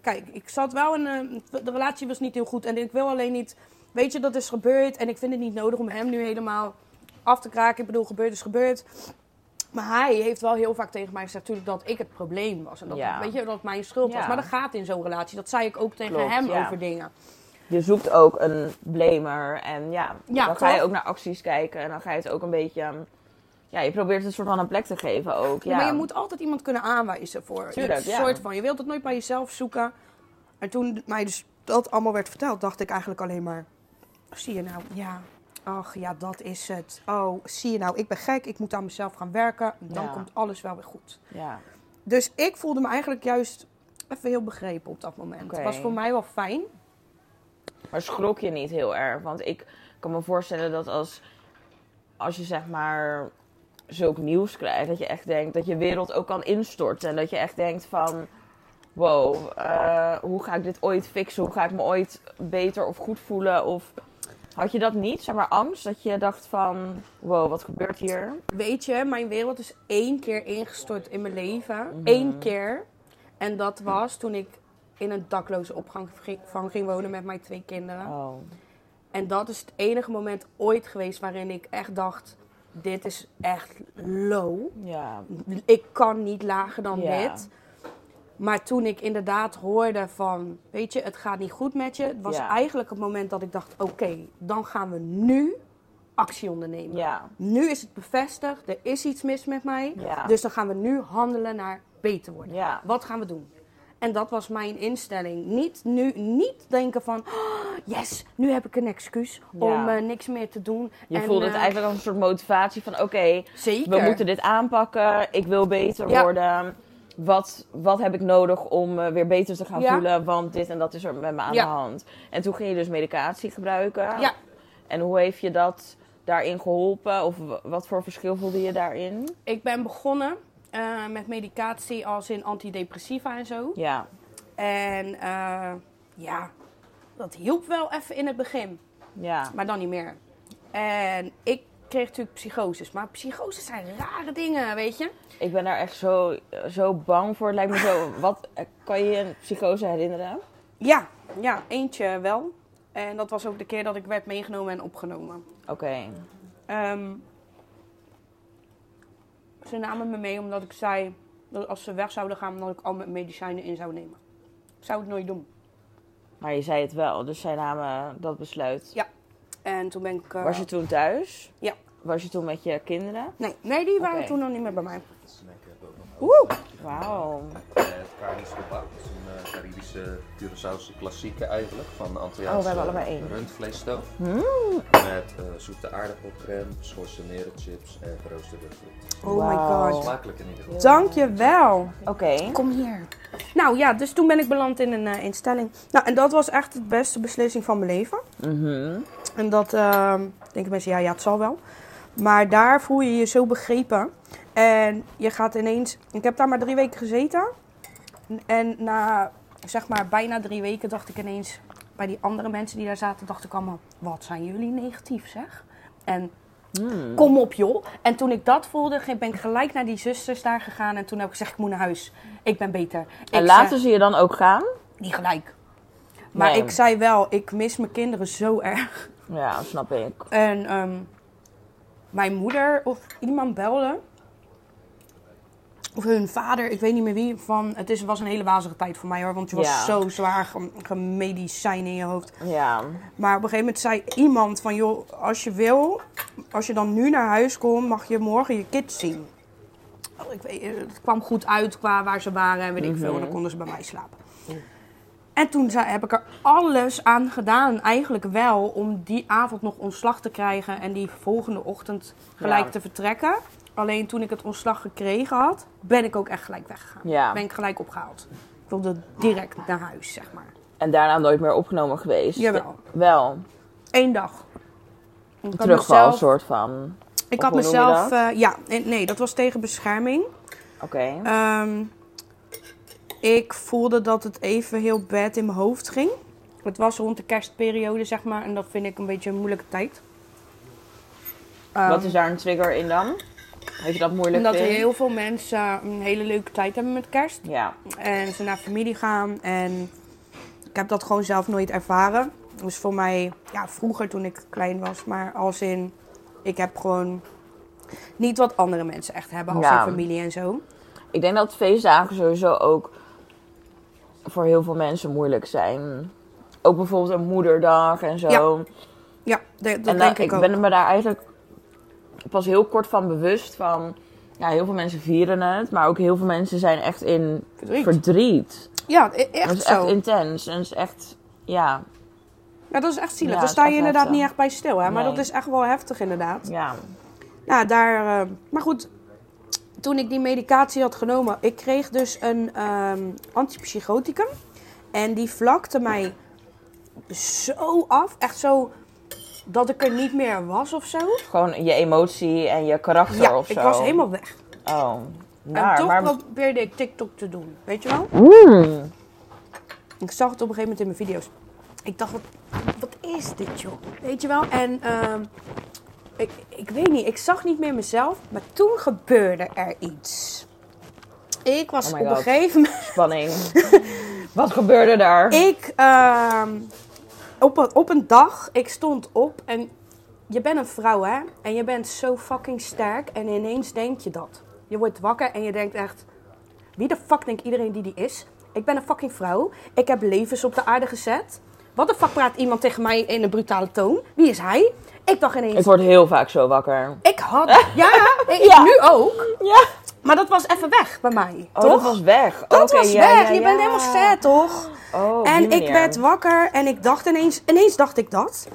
kijk, ik zat wel in... een- de relatie was niet heel goed en ik wil alleen niet... Weet je, dat is gebeurd en ik vind het niet nodig om hem nu helemaal af te kraken. Ik bedoel, gebeurd is gebeurd. Maar hij heeft wel heel vaak tegen mij gezegd natuurlijk dat ik het probleem was. En dat,
Ja.
weet je, dat het mijn schuld was.
Ja.
Maar dat gaat in zo'n relatie. Dat zei ik ook tegen
Klopt,
hem
ja.
over dingen.
Je zoekt ook een blamer en ja,
Ja,
dan ga je
toch?
ook naar acties kijken en dan ga je het ook een beetje... um, Ja, je probeert het een soort van een plek te geven ook. Ja,
Ja, maar je moet altijd iemand kunnen aanwijzen voor
Tuurlijk,
iets
ja.
soort van. Je wilt het nooit bij jezelf zoeken. En toen mij dus dat allemaal werd verteld, dacht ik eigenlijk alleen maar... Zie je nou, ja, ach ja, dat is het. Oh, zie je nou, ik ben gek, ik moet aan mezelf gaan werken. En dan
Ja.
komt alles wel weer goed.
Ja,
Dus ik voelde me eigenlijk juist even heel begrepen op dat moment.
Oké.
Het was voor mij wel fijn.
maar schrok je niet heel erg? Want ik kan me voorstellen dat als, als je zeg maar zulk nieuws krijgt, dat je echt denkt dat je wereld ook kan instorten. En dat je echt denkt van, wow, eh, hoe ga ik dit ooit fixen? Hoe ga ik me ooit beter of goed voelen? Of had je dat niet, zeg maar angst? Dat je dacht van, wow, wat gebeurt hier?
Weet je, mijn wereld is één keer ingestort in mijn leven.
Mhm.
Eén keer. En dat was toen ik in een dakloze opvang ging, van ging wonen met mijn twee kinderen.
Oh,
En dat is het enige moment ooit geweest waarin ik echt dacht: dit is echt low.
ja.
Ik kan niet lager dan
Ja.
dit. Maar toen ik inderdaad hoorde van, weet je, het gaat niet goed met je. Het was
Ja.
eigenlijk het moment dat ik dacht, oké, dan gaan we nu actie ondernemen.
Ja,
Nu is het bevestigd, er is iets mis met mij.
Ja.
Dus dan gaan we nu handelen naar beter worden.
ja.
Wat gaan we doen? En dat was mijn instelling. Niet nu niet denken van, "Oh, yes, nu heb ik een excuus om eh, niks meer te doen.
Je
En,
voelde het
eh,
eigenlijk als een soort motivatie van, oké,
zeker.
We moeten dit aanpakken. Ik wil beter
Ja.
worden. Wat, wat heb ik nodig om me weer beter te gaan
Ja.
voelen? Want dit en dat is er met me aan
Ja.
de hand. En toen ging je dus medicatie gebruiken.
Ja.
En hoe heeft je dat daarin geholpen? Of w- wat voor verschil voelde je daarin?
Ik ben begonnen eh, met medicatie als in antidepressiva en zo.
Ja,
En eh, ja, dat hielp wel even in het begin,
ja,
maar dan niet meer. En ik kreeg natuurlijk psychoses, maar psychoses zijn rare dingen, weet je.
ik ben daar echt zo, zo bang voor. Het lijkt me zo. Wat, eh, kan je je een psychose herinneren?
Ja, ja, eentje wel. En dat was ook de keer dat ik werd meegenomen en opgenomen.
Oké,
Ehm, ze namen me mee omdat ik zei dat als ze weg zouden gaan, dat ik al mijn medicijnen in zou nemen. Ik zou het nooit doen.
maar je zei het wel. Dus zij namen dat besluit.
En toen ben ik. eh,
Was je toen thuis?
Ja.
Was je toen met je kinderen?
Nee, nee, die waren
Oké.
toen nog niet meer bij mij.
Snack hebben we ook nog.
Oeh!
Wauw.
Eh, Het Caribische kebab. Het is een eh, Caribische Curaçaose klassieke eigenlijk. Van Antilliaanse
Oh, we hebben allemaal één. Hmm.
rundvleesstoof. Met eh, zoete aardappelcrème, gesorceneerde chips en geroosterde fruit.
Oh my
Wauw.
god.
Smakelijk in ieder geval.
Dankjewel.
Oké.
Kom hier. Nou ja, dus toen ben ik beland in een eh, instelling. Nou, en dat was echt de beste beslissing van mijn leven.
Mhm.
En dat ehm denken mensen, ja, ja, het zal wel. Maar daar voel je je zo begrepen. En je gaat ineens... Ik heb daar maar drie weken gezeten. En na, zeg maar, bijna drie weken dacht ik ineens... Bij die andere mensen die daar zaten, dacht ik allemaal... Wat zijn jullie negatief, zeg. En
Hmm.
kom op joh. En toen ik dat voelde, ge- ben ik gelijk naar die zusters daar gegaan. En toen heb ik gezegd, ik moet naar huis. Ik ben beter.
En
Ik
laten
zei-
ze je dan ook gaan?
Niet gelijk. Maar
Nee.
ik zei wel, ik mis mijn kinderen zo erg.
Ja, snap ik.
En ehm, mijn moeder of iemand belde. Of hun vader, ik weet niet meer wie. Van, het is, was een hele wazige tijd voor mij hoor. Want je was
Ja.
zo zwaar gem- gemedicijnen in je hoofd.
Ja.
Maar op een gegeven moment zei iemand van... joh, als je wil, als je dan nu naar huis komt... mag je morgen je kids zien. Oh, ik weet, het kwam goed uit qua waar ze waren en weet ik veel.
Mhm.
Dan konden ze bij mij slapen. En toen zei, heb ik er alles aan gedaan, eigenlijk wel... om die avond nog ontslag te krijgen... en die volgende ochtend gelijk
Ja.
te vertrekken. Alleen toen ik het ontslag gekregen had... ben ik ook echt gelijk weggegaan.
Ja.
Ben ik gelijk opgehaald. Ik wilde direct naar huis, zeg maar.
En daarna nooit meer opgenomen geweest?
Jawel.
Wel.
Eén dag. Ik had
Terugval,
mezelf-
soort van.
Ik
Of
had
hoe noem je
mezelf.
dat?
eh, ja, nee, nee, dat was tegen bescherming.
Oké.
Ehm, ik voelde dat het even heel bad in mijn hoofd ging. Het was rond de kerstperiode, zeg maar. En dat vind ik een beetje een moeilijke tijd. Ehm,
Wat is daar een trigger in dan? Als je dat moeilijk
omdat
vindt?
heel veel mensen een hele leuke tijd hebben met kerst.
Ja,
En ze naar familie gaan. En ik heb dat gewoon zelf nooit ervaren. Dus voor mij, ja, vroeger toen ik klein was, maar als in, ik heb gewoon niet wat andere mensen echt hebben als
Ja.
in familie en zo.
ik denk dat feestdagen sowieso ook voor heel veel mensen moeilijk zijn. Ook bijvoorbeeld een moederdag en zo.
Ja. Ja, de- dat
en
denk
dan-
ik, ook.
ben me daar eigenlijk pas heel kort van bewust van. Ja, heel veel mensen vieren het, maar ook heel veel mensen zijn echt in
Verdriet.
verdriet.
Ja, e- echt
dat is
zo.
echt intens. En dat is echt, ja,
Ja, dat is echt zielig.
Ja,
Daar
dat
sta
is
je
echt
inderdaad
heftig.
niet echt bij stil, hè. Maar
Nee.
dat is echt wel heftig, inderdaad.
ja.
Ja, daar... eh, maar goed, toen ik die medicatie had genomen... Ik kreeg dus een ehm, antipsychoticum. En die vlakte mij zo af. Echt zo dat ik er niet meer was of zo.
Gewoon je emotie en je karakter
Ja,
of zo.
ik was helemaal weg.
Oh,
en
naar,
toch
maar...
probeerde ik TikTok te doen. Weet je wel?
Mm.
Ik zag het op een gegeven moment in mijn video's. Ik dacht, wat, wat is dit joh? Weet je wel? En ehm, ik, ik weet niet, ik zag niet meer mezelf. Maar toen gebeurde er iets. Ik was
Oh my
op een
God.
gegeven moment...
Spanning. Wat gebeurde daar?
Ik, ehm, op, een, op een dag, ik stond op en je bent een vrouw hè? En je bent zo fucking sterk en ineens denk je dat. Je wordt wakker en je denkt echt, wie de fuck denkt iedereen die die is? Ik ben een fucking vrouw. Ik heb levens op de aarde gezet. Wat de fuck praat iemand tegen mij in een brutale toon? Wie is hij? Ik dacht ineens...
Ik
Ik,
word heel vaak zo wakker.
had... Ja, ik
Ja.
nu ook.
Ja.
Maar dat was even weg bij mij,
Oh,
toch?
dat was weg.
Dat
Oké,
was
ja,
weg.
ja,
je
ja.
bent helemaal sad, toch?
Oh, op die
En ik
manier.
werd wakker en ik dacht ineens, ineens dacht ik dat.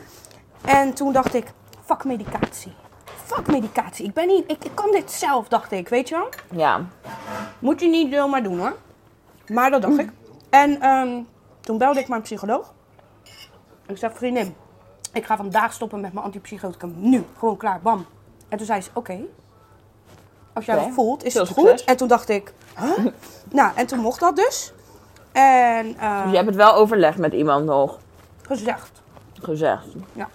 En toen dacht ik, fuck medicatie. Fuck medicatie. Ik ben niet, ik, ik kan dit zelf, dacht ik, weet je wel.
Ja.
Moet je niet zomaar doen hoor. Maar dat dacht ik. En ehm, toen belde ik mijn psycholoog. Ik zei, vriendin, ik ga vandaag stoppen met mijn antipsychoticum. Nu, gewoon klaar, bam. En toen zei ze, oké. Als jij
Oké.
het voelt, is
Veel
het
succes.
goed. En toen dacht ik, huh? nou, en toen mocht dat dus. En eh,
Dus je hebt het wel overlegd met iemand nog.
gezegd,
Gezegd.
Ja.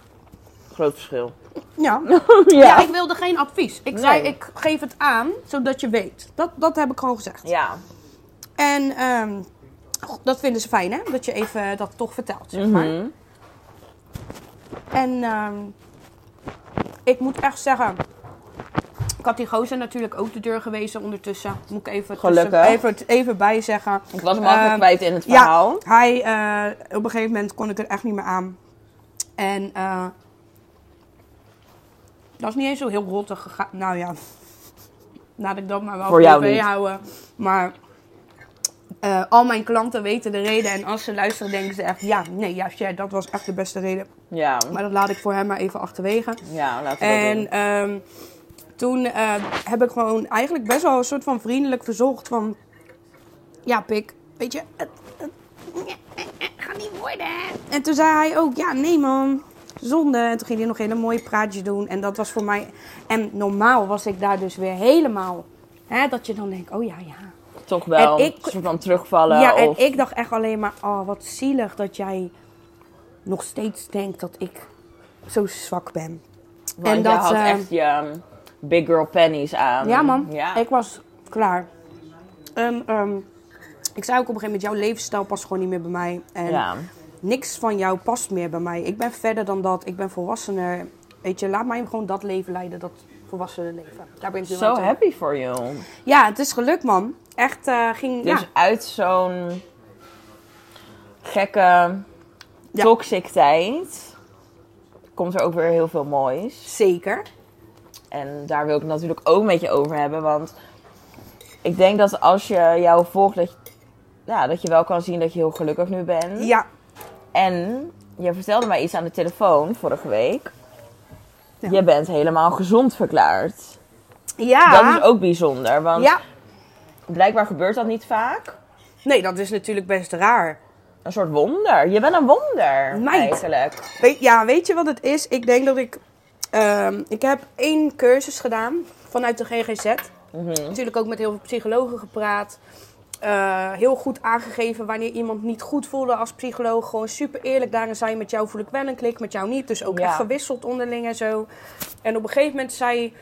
Groot verschil.
ja.
ja.
Ja, ik wilde geen advies. Ik zei,
Nee.
ik geef het aan, zodat je weet. Dat, dat heb ik gewoon gezegd.
Ja.
En ehm, goh, dat vinden ze fijn, hè? Dat je even dat toch vertelt, zeg maar.
Mhm.
En ehm, ik moet echt zeggen... Ik had die gozer natuurlijk ook de deur gewezen ondertussen. Moet ik even, tussen-
Gelukkig.
even, even bij zeggen.
Ik was hem altijd
Ehm,
kwijt in het
ja.
verhaal.
Hij, eh, op een gegeven moment kon ik er echt niet meer aan. En eh, dat is niet eens zo heel rottig gegaan. Nou ja, laat ik dat maar wel
Voor jou
privé
niet.
houden. Maar eh, al mijn klanten weten de reden. En als ze luisteren, denken ze echt, ja, nee, ja, shit, dat was echt de beste reden.
Ja.
Maar dat laat ik voor hem maar even achterwege.
Ja, laten we dat
En
doen.
ehm, toen eh, heb ik gewoon eigenlijk best wel een soort van vriendelijk verzocht van... Ja, Pik, weet je, het, het, ja, eh, eh, gaat niet worden. En toen zei hij ook, ja, nee man, zonde. En toen ging hij nog hele mooie praatjes doen. En dat was voor mij... En normaal was ik daar dus weer helemaal... Hè, dat je dan denkt, oh ja, ja.
Toch wel
en ik-
een soort van terugvallen.
Ja, en
of...
ik dacht echt alleen maar, oh, wat zielig dat jij nog steeds denkt dat ik zo zwak ben.
Want
en
je
dat,
had
eh,
echt je ehm, big girl panties aan.
Ehm, Ja, man.
Ja.
Ik was klaar. En, ehm, ik zei ook op een gegeven moment, jouw levensstijl past gewoon niet meer bij mij. En
Ja.
niks van jou past meer bij mij. Ik ben verder dan dat. Ik ben volwassener. Weet je, laat mij gewoon dat leven leiden, dat volwassene leven. Daar ben ik nu aan
So
toe.
happy for you.
Ja, het is gelukt, man. Echt, eh, ging...
Dus
ja.
uit zo'n gekke
Ja.
toxic tijd komt er ook weer heel veel moois.
Zeker.
En daar wil ik het natuurlijk ook met je over hebben. Want ik denk dat als je jou volgt, dat je, ja, dat je wel kan zien dat je heel gelukkig nu bent.
Ja.
En je vertelde mij iets aan de telefoon vorige week.
Ja.
Je bent helemaal gezond verklaard.
Ja.
Dat is ook bijzonder, want
Ja.
blijkbaar gebeurt dat niet vaak.
Nee, dat is natuurlijk best raar.
Een soort wonder. Je bent een wonder,
Meid.
eigenlijk.
Weet, ja, weet je wat het is? Ik denk dat ik... ehm, ik heb één cursus gedaan vanuit de GGZ.
Mhm.
Natuurlijk ook met heel veel psychologen gepraat. eh, heel goed aangegeven wanneer iemand niet goed voelde als psycholoog. Gewoon super eerlijk daarin zijn. Met jou voel ik wel een klik, met jou niet. Dus ook
Ja.
echt gewisseld onderling en zo. En op een gegeven moment zei...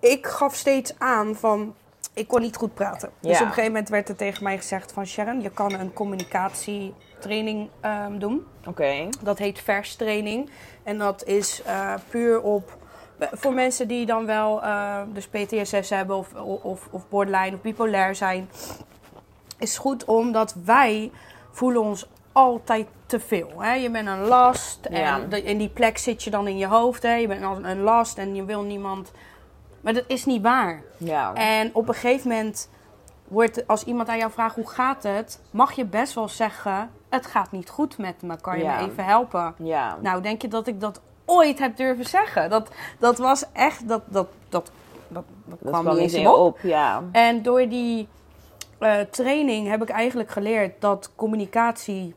Ik gaf steeds aan van... Ik kon niet goed praten.
Ja.
Dus op een gegeven moment werd er tegen mij gezegd van... Sharon, je kan een communicatietraining ehm, doen.
Oké.
Dat heet verstraining. En dat is eh, puur op. Voor mensen die dan wel eh, dus PTSS hebben of, of, of borderline of bipolair zijn, is het goed omdat wij voelen ons altijd te veel. Hè? Je bent een last en
Ja.
de- in die plek zit je dan in je hoofd. Hè? Je bent als een last en je wil niemand. Maar dat is niet waar.
Ja.
En op een gegeven moment wordt, als iemand aan jou vraagt hoe gaat het, mag je best wel zeggen: Het gaat niet goed met me, kan je
Ja.
me even helpen?
Ja.
Nou, denk je dat ik dat ooit heb durven zeggen? Dat, dat was echt, dat, dat, dat, dat, dat
Dat
kwam niet eens in
in
me op.
ja.
En door die eh, training heb ik eigenlijk geleerd dat communicatie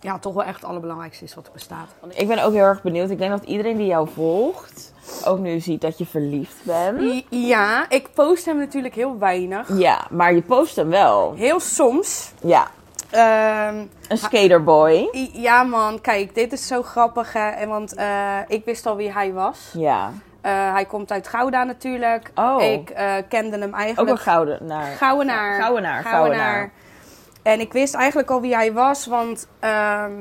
ja, toch wel echt het allerbelangrijkste is wat er bestaat.
Ik ben ook heel erg benieuwd. Ik denk dat iedereen die jou volgt ook nu ziet dat je verliefd bent.
I- Ja, ik post hem natuurlijk heel weinig.
Ja, maar je post hem wel.
Heel soms.
Ja,
Ehm,
een skaterboy.
I- Ja, man, kijk, dit is zo grappig. Hè? En Want eh, ik wist al wie hij was.
Ja,
Eh, hij komt uit Gouda natuurlijk.
Oh.
Ik eh, kende hem
ook een
eigenlijk.
gouden naar.
Gouwenaar.
Gouwenaar, Gouwenaar.
En ik wist eigenlijk al wie hij was, want ehm,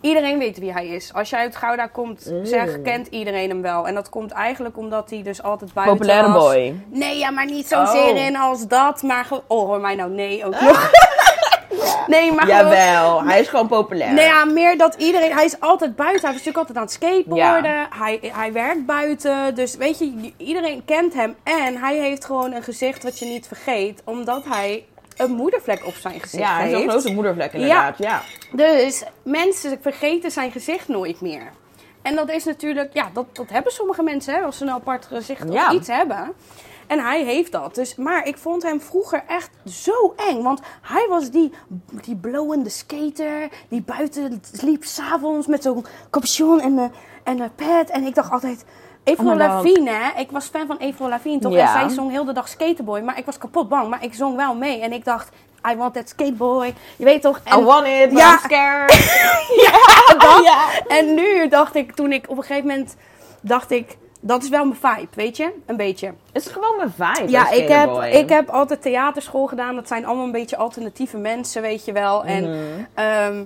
iedereen weet wie hij is. Als jij uit Gouda komt,
Mm.
zeg, kent iedereen hem wel. En dat komt eigenlijk omdat hij dus altijd buiten
Populaire
was.
boy.
Nee, ja, maar niet zozeer
Oh.
in als dat. Maar ge- Oh, hoor mij nou nee ook nog. Nee, maar gewoon-
Jawel, hij is gewoon populair.
nou ja, meer dat iedereen... Hij is altijd buiten. Hij is natuurlijk altijd aan het skateboarden. Hij, hij werkt buiten. Dus weet je, iedereen kent hem. En hij heeft gewoon een gezicht wat je niet vergeet. Omdat hij een moedervlek op zijn gezicht
Ja, hij
heeft.
heeft een grote moedervlek inderdaad. Ja.
Dus mensen vergeten zijn gezicht nooit meer. En dat is natuurlijk... Ja, dat, dat hebben sommige mensen. Hè, als ze een apart gezicht
Ja.
of iets hebben. En hij heeft dat. Dus, maar ik vond hem vroeger echt zo eng. Want hij was die, die blowende skater. Die buiten liep s'avonds met zo'n capuchon en, een- en een pet. En ik dacht altijd... Avril
Oh my God.
Lavigne, hè? Ik was fan van Avril Lavigne, toch?
Ja.
En zij zong heel de dag Skaterboy. Maar ik was kapot bang. Maar ik zong wel mee. En ik dacht... I want that skateboy. Je weet toch? En
I want it, but
Ja.
I'm scared.
ja, dat.
Ja.
En nu dacht ik, toen ik op een gegeven moment dacht ik, dat is wel mijn vibe, weet je? Een beetje.
Het is gewoon mijn vibe.
Ja,
een
ik heb,
skaterboy.
ik heb altijd theaterschool gedaan. Dat zijn allemaal een beetje alternatieve mensen, weet je wel. En ehm,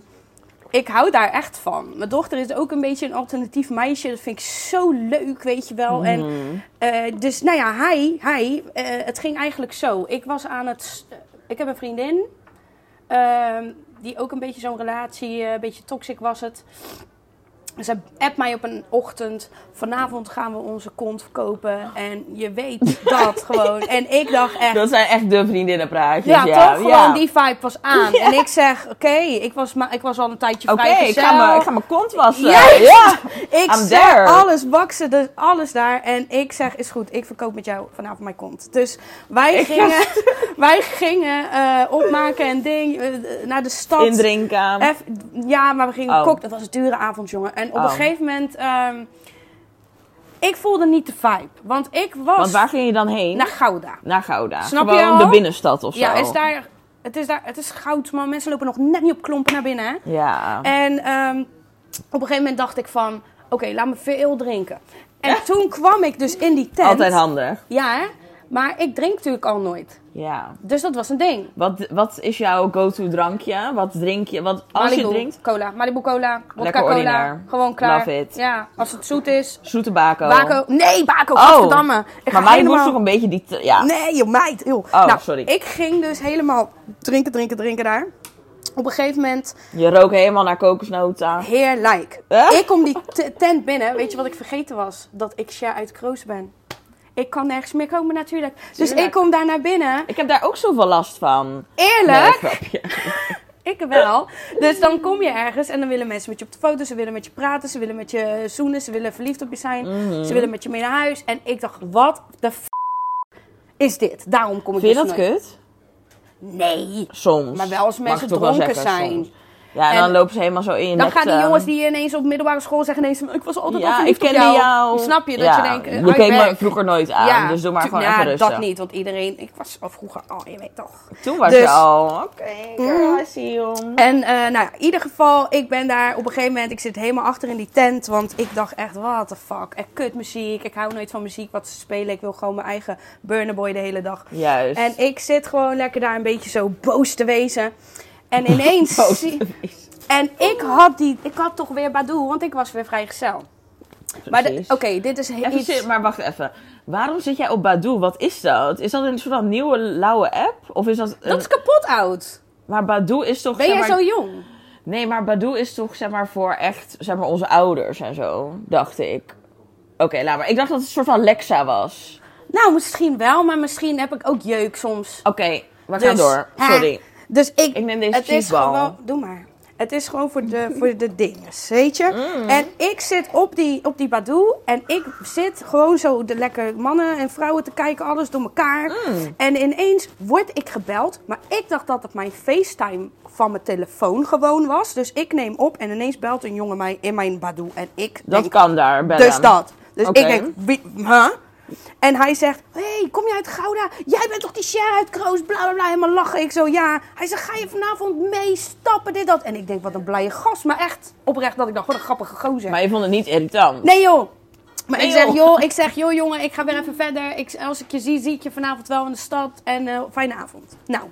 ik hou daar echt van. Mijn dochter is ook een beetje een alternatief meisje. Dat vind ik zo leuk, weet je wel. En, eh, dus nou ja, hij, hij eh, het ging eigenlijk zo. Ik was aan het... s- Ik heb een vriendin. ehm, die ook een beetje zo'n relatie, eh, een beetje toxic was het. Ze appt mij op een ochtend. Vanavond gaan we onze kont verkopen. En je weet dat gewoon. En ik dacht echt.
Dat zijn echt de vriendinnenpraatjes.
ja,
Ja,
toch? Gewoon die vibe was aan. En ik zeg, oké, ik, was ma- ik was al een tijdje
Oké,
vrij
ik, ga me- ik ga mijn kont wassen.
Juist!
Ja.
Ik
I'm
zeg
there.
alles baksen, dus alles daar. En ik zeg, is goed, ik verkoop met jou vanavond mijn kont. Dus wij gingen, wij gingen eh, opmaken en ding eh, naar de stad.
Indrinken.
Eff- ja, maar we gingen
Oh.
kok. Dat was een dure avond, jongen. En op
Oh.
een gegeven moment... ehm, ik voelde niet de vibe. Want ik was
Want waar ging je dan heen?
naar Gouda.
Naar Gouda.
Snap je
gewoon
al?
de binnenstad of zo.
Ja, is daar, het, is daar, het is goud, maar mensen lopen nog net niet op klompen naar binnen. Hè?
Ja.
En ehm, op een gegeven moment dacht ik van... Oké, laat me veel drinken. En toen kwam ik dus in die tent.
Altijd handig.
Ja, hè? Maar ik drink natuurlijk al nooit.
Ja.
Dus dat was een ding.
Wat, wat is jouw go-to drankje? Wat drink je? Wat, als
Malibu
je drinkt,
cola. Malibu cola. Wodka
Lekker
cola.
ordinair.
Gewoon klaar.
Love it.
Ja, als het zoet is.
zoete bako.
Baco. Nee, Baco,
Oh.
Amsterdam. Ik ga
Maar mij moest
helemaal...
toch een beetje die... te- Ja.
Nee, joh, meid. Joh.
Oh,
nou,
sorry.
Ik ging dus helemaal drinken, drinken, drinken daar. Op een gegeven moment
Je rook helemaal naar kokosnoten.
Heerlijk.
Hè?
Ik kom die t- tent binnen. Weet je wat ik vergeten was? Dat ik Cher uit Kroos ben. Ik kan nergens meer komen natuurlijk. Dus
Tuurlijk.
ik kom daar naar binnen.
Ik heb daar ook zoveel last van. Nee,
Eerlijk,
grapje.
ik wel. Dus dan kom je ergens en dan willen mensen met je op de foto. Ze willen met je praten, ze willen met je zoenen, ze willen verliefd op je zijn.
Mhm.
Ze willen met je mee naar huis. En ik dacht, wat de f*** is dit? Daarom kom ik
Vind je
dus
dat
nooit.
kut?
Nee.
Soms.
Maar wel als
Mag
mensen
ik toch wel
dronken
zeggen,
zijn.
soms. Ja, en,
En-
dan lopen ze helemaal zo in je
Dan
nek,
gaan die
eh,
jongens die ineens op middelbare school zeggen ineens... Ik was altijd al
ja, ik
verliefd op
kende
jou.
jou.
Snap je? Dat
Ja,
je denkt, eh,
Je
hou je
keek me
bek.
vroeger nooit aan, dus doe maar
tu-
gewoon
ja,
even rustig.
dat niet. Want iedereen... Ik was al vroeger al, je weet toch.
Toen was
Dus-
je al, oké, girl,
Mm.
I see you.
En eh, nou ja, in ieder geval, ik ben daar op een gegeven moment, ik zit helemaal achter in die tent, want ik dacht echt, what the fuck, echt kut muziek, ik hou nooit van muziek, wat ze spelen, ik wil gewoon mijn eigen Burner Boy de hele dag.
Juist.
En ik zit gewoon lekker daar een beetje zo boos te wezen. En ineens,
Boos
zie- en ik had, die, ik had toch weer Badoe, want ik was weer vrijgezel. Maar de-
Precies.
oké, dit is heel
Even
iets...
zit- maar wacht even. Waarom zit jij op Badoo? Wat is dat? Is dat een soort van nieuwe lauwe app? Of is dat een-
Dat is kapot oud.
Maar Badoo is toch...
Ben
eh, zeg
jij
maar-
zo jong?
Nee, maar Badoo is toch zeg maar voor echt zeg maar onze ouders en zo, dacht ik. Oké, laat maar. Ik dacht dat het een soort van Lexa was.
Nou, misschien wel, maar misschien heb ik ook jeuk soms.
Oké, we gaan
Dus,
door.
ah,
Sorry.
Dus ik,
Ik neem deze
het is
cheeseball.
gewoon, doe maar. Het is gewoon voor de, voor de dinges, weet je?
Mm.
En ik zit op die, op die Badoe en ik zit gewoon zo de lekker mannen en vrouwen te kijken, alles door elkaar.
Mm.
En ineens word ik gebeld, maar ik dacht dat het mijn FaceTime van mijn telefoon gewoon was. Dus ik neem op en ineens belt een jongen mij in mijn Badoe en ik
Dat
denk,
kan daar, Bella.
dus dat. Dus
Oké.
ik denk, wie, huh? En hij zegt, hé, hey, kom je uit Gouda? Jij bent toch die Cher uit Kroos? Bla, bla, bla. Helemaal lachen. Ik zo, ja. Hij zegt, ga je vanavond mee stappen, dit, dat. En ik denk, wat een blije gast. Maar echt, oprecht, dat ik dacht, wat een grappige gozer.
Maar je vond het niet irritant.
Nee, joh. Maar
Nee,
ik, zeg,
joh.
joh, ik zeg, joh, jongen, ik ga weer even verder. Ik, als ik je zie, zie ik je vanavond wel in de stad. En eh, fijne avond. Nou,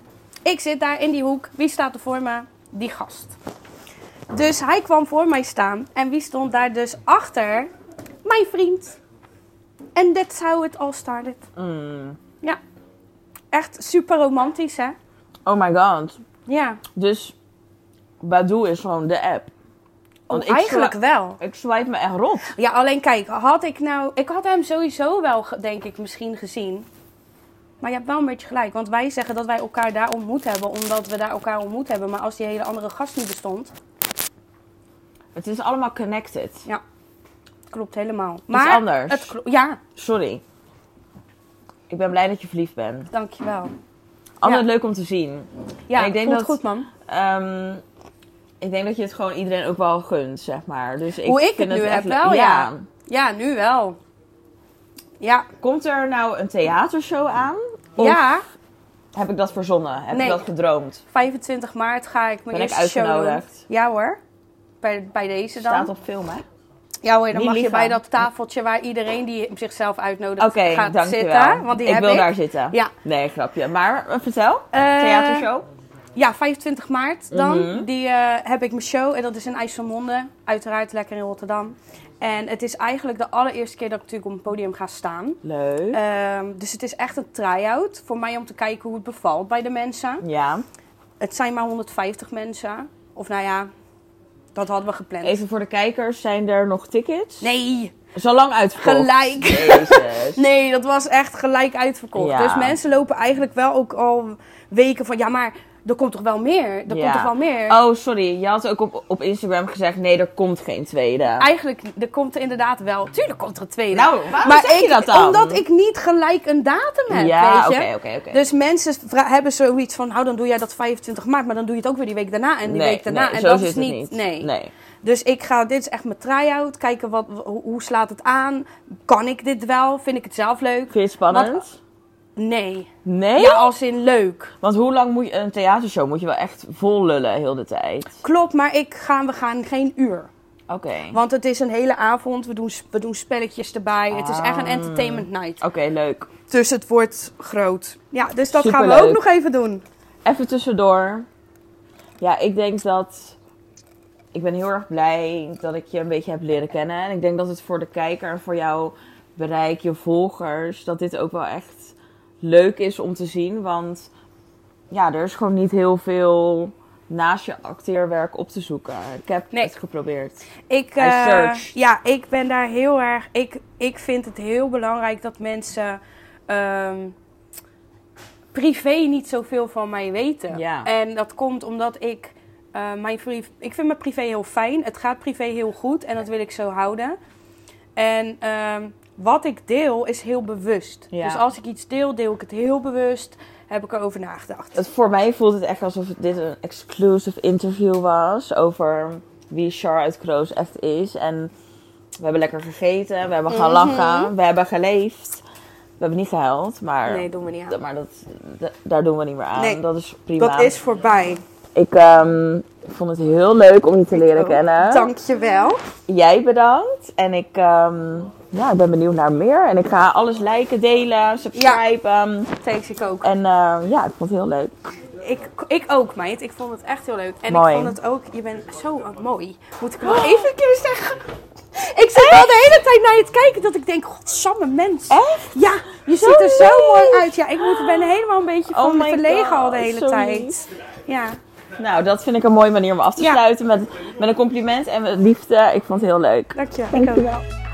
ik zit daar in die hoek. Wie staat er voor me? Die gast. Dus hij kwam voor mij staan. En wie stond daar dus achter? Mijn vriend. En that's how it all started.
Mm.
Ja. Echt super romantisch, hè?
Oh my god.
Ja.
Dus Badoo is gewoon de app. Want
Oh,
ik
eigenlijk
sla-
wel.
Ik swipe me echt rot.
Ja, alleen kijk, had ik nou. Ik had hem sowieso wel, ge- denk ik, misschien gezien. Maar je hebt wel een beetje gelijk. Want wij zeggen dat wij elkaar daar ontmoet hebben, omdat we daar elkaar ontmoet hebben. Maar als die hele andere gast niet bestond,
Het is allemaal connected.
klopt helemaal. Maar
anders.
Het klo- ja,
Sorry. Ik ben blij dat je verliefd bent.
dankjewel.
Altijd
Ja.
leuk om te zien.
Ja,
En ik denk
voelt
dat-
goed, man.
Ehm, ik denk dat je het gewoon iedereen ook wel gunt, zeg maar. Dus ik
Hoe ik
vind
het nu
echt
heb
le-
wel, ja. Ja, nu wel. Ja,
Komt er nou een theatershow aan? Of
ja.
heb ik dat verzonnen? Heb
Nee.
ik dat gedroomd?
25 maart ga ik mijn
Ben ik
eerste show doen.
uitgenodigd?
Ja hoor. Bij, bij deze Dus dan.
Staat op film, hè?
Ja hoor, dan
Niet
mag je
liegen.
bij dat tafeltje waar iedereen die zichzelf uitnodigt
Oké,
gaat
dankjewel.
zitten. Want die
ik
heb
wil
ik.
daar zitten.
Ja.
Nee, grapje. Maar eh, vertel,
Eh,
theatershow?
Ja, 25 maart dan.
Mhm.
Die eh, heb ik mijn show en dat is in IJsselmonde. Uiteraard lekker in Rotterdam. En het is eigenlijk de allereerste keer dat ik natuurlijk op een podium ga staan.
Leuk.
Ehm, dus het is echt een try-out voor mij om te kijken hoe het bevalt bij de mensen.
Eh, ja.
Het zijn maar 150 mensen. Of nou ja, dat hadden we gepland.
Even voor de kijkers, zijn er nog tickets?
Nee,
Zo lang uitverkocht.
Gelijk.
Jezus.
Nee, dat was echt gelijk uitverkocht.
Ja.
Dus mensen lopen eigenlijk wel ook al weken van... Ja, maar er komt toch wel meer? Er
Ja.
komt toch wel meer?
Oh, sorry. Je had ook op, op Instagram gezegd, nee, er komt geen tweede.
Eigenlijk, er komt er inderdaad wel... Tuurlijk komt er een tweede.
Nou, waarom maar zeg
ik,
je dat dan?
Omdat ik niet gelijk een datum heb,
Ja,
weet je?
oké, oké, oké.
Dus mensen vra- hebben zoiets van... Nou, dan doe jij dat 25 maart, maar dan doe je het ook weer die week daarna en die
Nee,
week daarna.
nee,
en
zo
dat
zit
is
het
niet... Nee.
nee.
Dus ik ga, dit is echt mijn try-out. Kijken, wat, hoe, hoe slaat het aan? Kan ik dit wel? Vind ik het zelf leuk?
Vind je het spannend?
Nee.
Nee?
Ja, als in leuk.
Want hoe lang moet je een theatershow? Moet je wel echt vol lullen heel de tijd?
Klopt, maar ik ga, we gaan geen uur.
Oké. Oké,
Want het is een hele avond. We doen, we doen spelletjes erbij. Het is
Ah.
echt een entertainment night.
leuk.
Dus het wordt groot. Ja, dus dat gaan we
Superleuk.
ook nog even doen.
Even tussendoor. Ja, ik denk dat... Ik ben heel erg blij dat ik je een beetje heb leren kennen. En ik denk dat het voor de kijker en voor jouw bereik, je volgers... dat dit ook wel echt leuk is om te zien. Want ja, er is gewoon niet heel veel naast je acteerwerk op te zoeken. Ik heb
Nee.
het geprobeerd.
Ik,
I
eh,
searched.
ja, ik ben daar heel erg. Ik, ik vind het heel belangrijk dat mensen ehm, privé niet zoveel van mij weten.
Ja.
En dat komt omdat ik eh, mijn privé. Ik vind mijn privé heel fijn. Het gaat privé heel goed en dat wil ik zo houden. En ehm, wat ik deel is heel bewust.
Ja.
Dus als ik iets deel, deel ik het heel bewust. heb ik erover nagedacht.
Het, voor mij voelt het echt alsof dit een exclusive interview was over wie Char uit Kroos echt is. En we hebben lekker gegeten, we hebben gaan
Mhm.
lachen, we hebben geleefd. We hebben niet gehuild, maar,
Nee, doen we niet
dat,
aan.
maar dat, dat- daar doen we niet meer aan.
Nee,
dat is prima.
Dat is voorbij.
Ik ehm, vond het heel leuk om je te leren
Oh,
kennen.
Dankjewel.
Jij bedankt. En ik, ehm, ja, ik ben benieuwd naar meer. En ik ga alles liken, delen, subscriben.
Thanks, ik ook.
En ehm, ja, ik vond het heel leuk.
Ik, ik ook, meid. Ik vond het echt heel leuk. En
Mooi.
ik vond het ook... Je bent zo eh, mooi. Moet ik het nog even een keer zeggen? Ik zit al de hele tijd naar je te kijken dat ik denk... Godsamme mens.
Echt?
Ja, je
Zo
ziet er zo
lief.
mooi uit. Ja, ik moet, ben helemaal een beetje
Oh
van me
my
verlegen al
God,
de hele
zo
tijd.
lief.
Ja.
Nou, dat vind ik een mooie manier om af te
Ja.
sluiten. Met, met een compliment en met liefde. Ik vond het heel leuk.
Dank je.
Dankjewel.